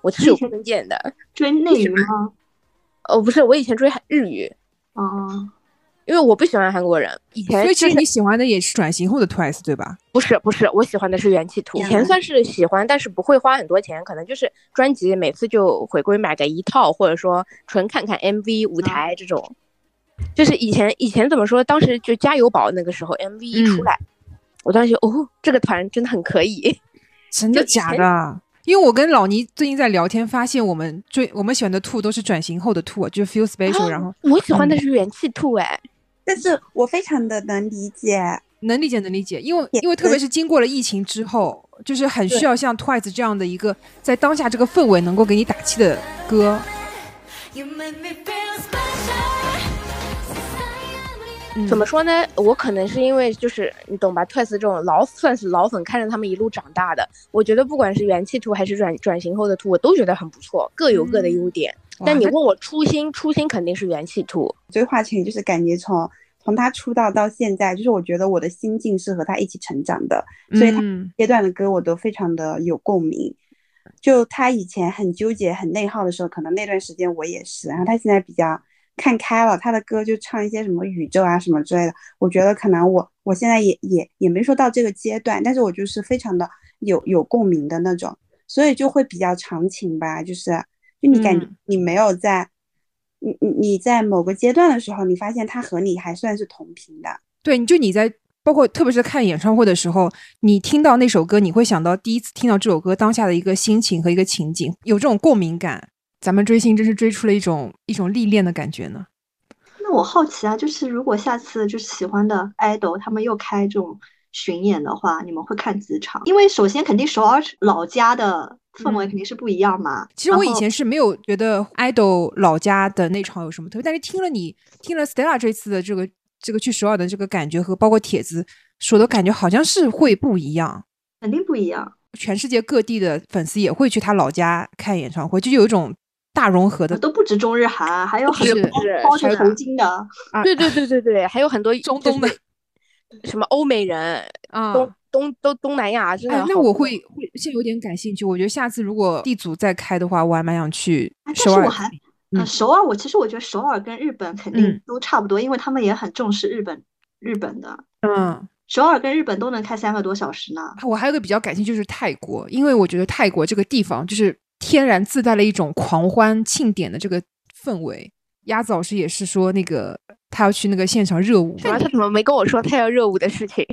S1: 我 是有偏见的。
S3: 追内娱吗？
S1: 哦，不是，我以前追韩日语，
S3: 哦，
S1: 因为我不喜欢韩国人。以前
S2: 所以其
S1: 就
S2: 实
S1: 是
S2: 你喜欢的也是转型后的 Twice 对吧？
S1: 不是不是，我喜欢的是元气筒。以前算是喜欢，但是不会花很多钱，可能就是专辑每次就回归买个一套，或者说纯看看 MV 舞台这种。就是以前以前怎么说，当时就加油宝那个时候 MV 一出
S2: 嗯
S1: 来，我当时就哦，这个团真的很可以。
S2: 真的哎
S1: 就以前
S2: 假的？因为我跟老倪最近在聊天，发现我们追我们喜欢的 Two 都是转型后的 Two，啊就是 Feel Special，、然后嗯
S1: 我喜欢的是元气兔哎，
S6: 但是我非常的能理解，
S2: 能理解能理解，因为
S6: 也
S2: 因为特别是经过了疫情之后，就是很需要像 Twice 这样的一个在当下这个氛围能够给你打气的歌。
S7: You make me feel special.
S2: 嗯，
S1: 怎么说呢？我可能是因为就是你懂吧，Twice 这种老算是老粉，看着他们一路长大的，我觉得不管是元气兔还是转转型后的兔，我都觉得很不错，各有各的优点。
S2: 嗯哇？
S1: 但你
S2: 那
S1: 问我初心，初心肯定是元气兔。
S6: 追华晨宇就是感觉从从他出道到现在，就是我觉得我的心境是和他一起成长的，所以他
S2: 嗯
S6: 阶段的歌我都非常的有共鸣。就他以前很纠结、很内耗的时候，可能那段时间我也是，然后他现在比较看开了，他的歌就唱一些什么宇宙啊什么之类的。我觉得可能我我现在也也也没说到这个阶段，但是我就是非常的有有共鸣的那种，所以就会比较长情吧，就是就你感觉
S2: 嗯
S6: 你没有在。你你你在某个阶段的时候，你发现他和你还算是同频的，
S2: 对，你就你在包括特别是看演唱会的时候，你听到那首歌，你会想到第一次听到这首歌当下的一个心情和一个情景，有这种共鸣感。咱们追星真是追出了一种一种历练的感觉呢。
S3: 那我好奇啊，就是如果下次就是喜欢的 idol 他们又开这种巡演的话，你们会看几场？因为首先肯定首尔老家的氛围肯定是不一样嘛。
S2: 其实我以前是没有觉得 idol 老家的那场有什么特别，但是听了你听了 Stella 这次的这个这个去首尔的这个感觉和包括帖子说的感觉，好像是会不一样。
S3: 肯定不一样。
S2: 全世界各地的粉丝也会去他老家看演唱会，就有一种大融合的
S3: 呃都不止中日韩，啊还有很
S1: 是
S3: 多
S1: 是
S3: 包着
S1: 是
S3: 头巾的。
S1: 对对对对对，还有很多
S2: 啊中
S1: 就
S2: 东的
S1: 是什么欧美人、
S2: 啊。
S1: 东东都东南亚，啊真的
S2: 哎
S1: 好，多。
S2: 那我会会现在有点感兴趣。我觉得下次如果地组再开的话，我还蛮想去
S3: 哎但
S2: 首
S3: 是
S2: 尔
S3: 我
S2: 看
S3: 还
S2: 一看。
S3: 呃，
S2: 嗯
S3: 首尔我其实我觉得首尔跟日本肯
S2: 嗯
S3: 定都差不多，因为他们也很重视日本日本的。
S2: 嗯，
S3: 首尔跟日本都能开三个多小时呢。
S2: 啊我还有个比较感兴趣就是泰国，因为我觉得泰国这个地方就是天然自带了一种狂欢庆典的这个氛围。鸭子老师也是说，那个他要去那个现场热舞
S1: 什
S2: 嘛
S1: 啊么？，他怎么没跟我说他要热舞的事情？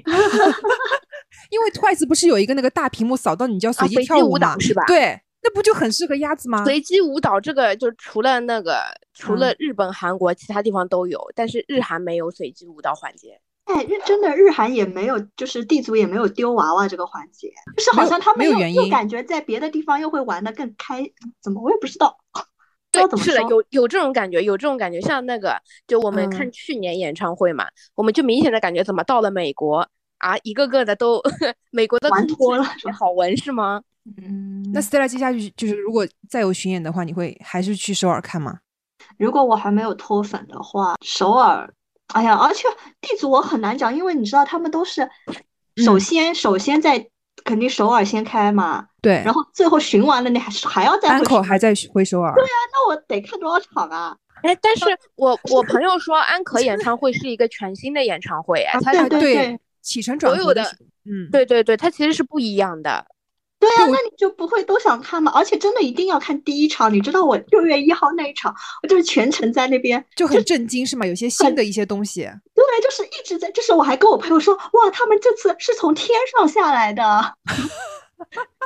S2: 因为 Twice 不是有一个那个大屏幕扫到你就要随
S1: 啊
S2: 机
S1: 随机
S2: 跳
S1: 舞
S2: 舞嘛，
S1: 蹈是吧
S2: 对，那不就很适合鸭子
S3: 啊
S2: 吗？
S1: 随机舞蹈这个就除了那个除
S2: 嗯
S1: 了日本、韩国，其他地方都有，但是
S3: 嗯
S1: 日韩没有随机舞蹈环节。
S3: 哎，日真的日韩也没有，就是地组也没有丢娃娃这个环节，就是
S2: 没
S3: 好
S2: 有
S3: 像他们
S2: 没有
S3: 又
S2: 原
S3: 又
S2: 因
S3: 感觉在别的地方又会玩的更开，怎么我也不知 道，不知
S1: 对
S3: 道怎，么
S1: 是的，
S3: 说。
S1: 有有这种感觉，有这种感觉。像那个，就我们看
S2: 嗯
S1: 去年演唱会嘛，我们就明显的感觉怎么到了美国啊，一个个的都 美国的
S3: 玩
S1: 空气
S3: 脱了
S1: 特别好闻是吗？
S3: 嗯
S2: 那 Stella 接下去就是如果再有巡演的话，你会还是去首尔看吗？
S3: 如果我还没有脱粉的话，首尔哎呀，而且地主我很难讲，因为你知道他们都是首
S2: 嗯
S3: 先、首先在肯定首尔先开嘛，
S2: 对，
S3: 然后最后巡完了，你还是还要再
S2: 安
S3: 回
S2: 口
S3: 去
S2: 还在回首尔，
S3: 那我得看多少场啊？
S1: 哎，但 是我我朋友说安可演唱会是一个全新的演唱会，哎，他
S3: 对
S2: 啊对
S3: 对，
S2: 起承转
S1: 所
S2: 合
S1: 有
S2: 的
S1: 的
S2: 是，嗯，
S1: 对对对，它其实是不一样的。
S3: 啊那那你就不会都想看吗？而且真的一定要看第一场，你知道我六月一号那一场，我就是全程在那边，
S2: 就很震惊是吗？有些新的一些东西，
S3: 对，就是一直在，就是我还跟我朋友说，哇，他们这次是从天上下来的。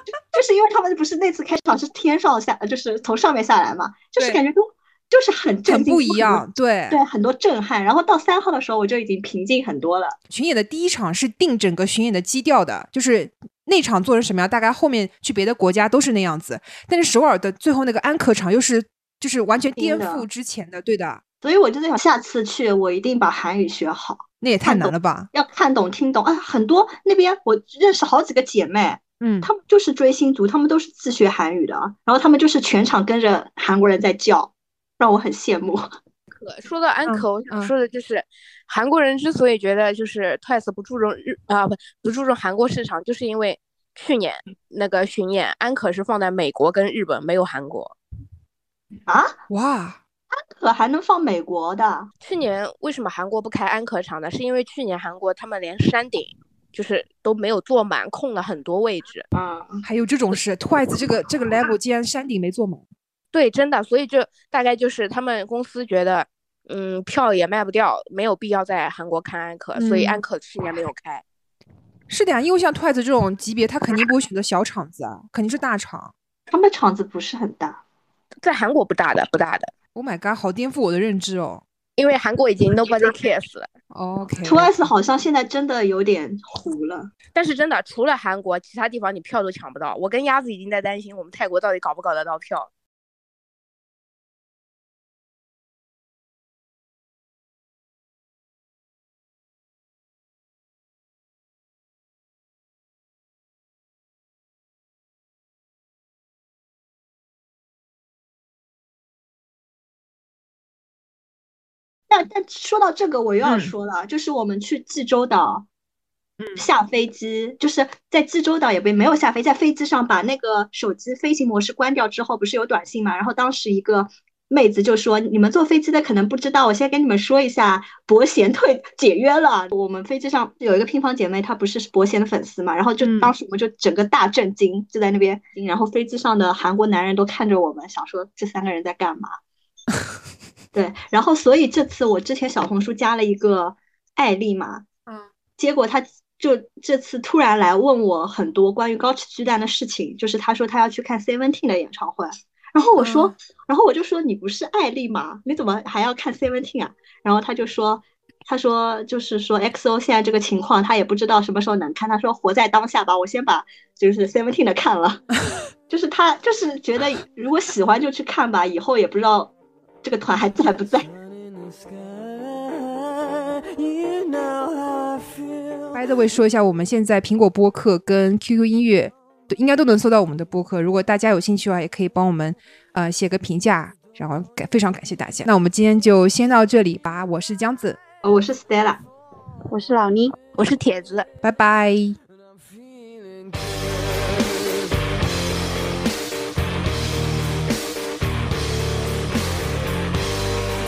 S3: 就就是因为他们不是那次开场是天上下，就是从上面下来嘛，就是
S2: 对
S3: 感觉都就是很震
S2: 很
S3: 惊，
S2: 不
S3: 有
S2: 一
S3: 很多
S2: 样。对，
S3: 对，很多震撼。然后到三号的时候，我就已经平静很多了。
S2: 巡演的第一场是定整个巡演的基调的，就是那场做成什么样，大概后面去别的国家都是那样子。但是首尔的最后那个安可场又是就是完全颠
S3: 新的
S2: 覆之前的，对的，
S3: 所以我就在想，下次去我一定把韩语学好，
S2: 那也太
S3: 看
S2: 难
S3: 懂
S2: 了吧？
S3: 要看懂、听懂啊。很多那边我认识好几个姐妹，
S2: 嗯，
S3: 她们就是追星族，她们都是自学韩语的，啊然后她们就是全场跟着韩国人在叫，让我很羡慕。
S1: 可说到安
S2: 嗯
S1: 可，我想
S2: 嗯
S1: 说的就是，韩国人之所以觉得就是 Twice 不注重日啊不不注重韩国市场，就是因为去年那个巡演安可是放在美国跟日本，没有韩国。
S2: 哇，
S3: 可还能放美国的，
S1: 去年为什么韩国不开安可场呢？是因为去年韩国他们连山顶就是都没有坐满，空了很多位置。
S3: 嗯，
S2: 还有这种事，Twice 这个这个 level 竟然山顶没坐满，
S1: 对，真的，所以这大概就是他们公司觉得，嗯，票也卖不掉，没有必要在韩国看安可，所以安
S2: 嗯
S1: 可去年没有开。
S2: 是的呀，因为像 Twice 这种级别，他肯定不会选择小场子啊，肯定是大场。
S3: 他们场子不是很大。
S1: 在韩国不大的，不大的，
S2: Oh my god，好颠覆我的认知哦。
S1: 因为韩国已经 nobody cares 了。
S2: OK，
S3: Twice 好像现在真的有点糊了，
S1: 但是真的，除了韩国，其他地方你票都抢不到。我跟鸭子已经在担心，我们泰国到底搞不搞得到票？
S3: 但但说到这个，我又要
S2: 嗯
S3: 说了，啊就是我们去济州岛
S2: 嗯
S3: 下飞机，就是在济州岛也没没有下飞，在飞机上把那个手机飞行模式关掉之后，不是有短信嘛？然后当时一个妹子就说：“你们坐飞机的可能不知道，我先跟你们说一下，伯贤退解约了。”我们飞机上有一个乒乓姐妹，她不是伯贤的粉丝嘛，然后就
S2: 嗯
S3: 当时我们就整个大震惊，就在那边，然后飞机上的韩国男人都看着我们，想说这三个人在干嘛。对，然后所以这次我之前小红书加了一个艾丽嘛，
S2: 嗯，
S3: 结果她就这次突然来问我很多关于高驰巨蛋的事情，就是她说她要去看 Seventeen 的演唱会，然后我说，
S2: 嗯
S3: 然后我就说你不是艾丽吗？你怎么还要看 Seventeen 啊？然后她就说。她说，就是说，XO 现在这个情况，她也不知道什么时候能看。她说，活在当下吧，我先把就是 Seventeen 的 看了。就是他就是觉得如果喜欢就去看吧，以后也不知道这个团还在 不在。
S5: Sun in the sky, you know how I feel.
S2: By the way，说一下，我们现在苹果播客跟 QQ 音乐都应该都能搜到我们的播客。如果大家有兴趣的话，也可以帮我们呃写个评价，然后感非常感谢大家。那我们今天就先到这里吧，我是江子，
S3: 呃我是 Stella。
S4: 我是老倪。
S1: 我是铁子。
S2: 拜拜。
S5: And I'm feeling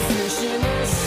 S5: good. Fishing is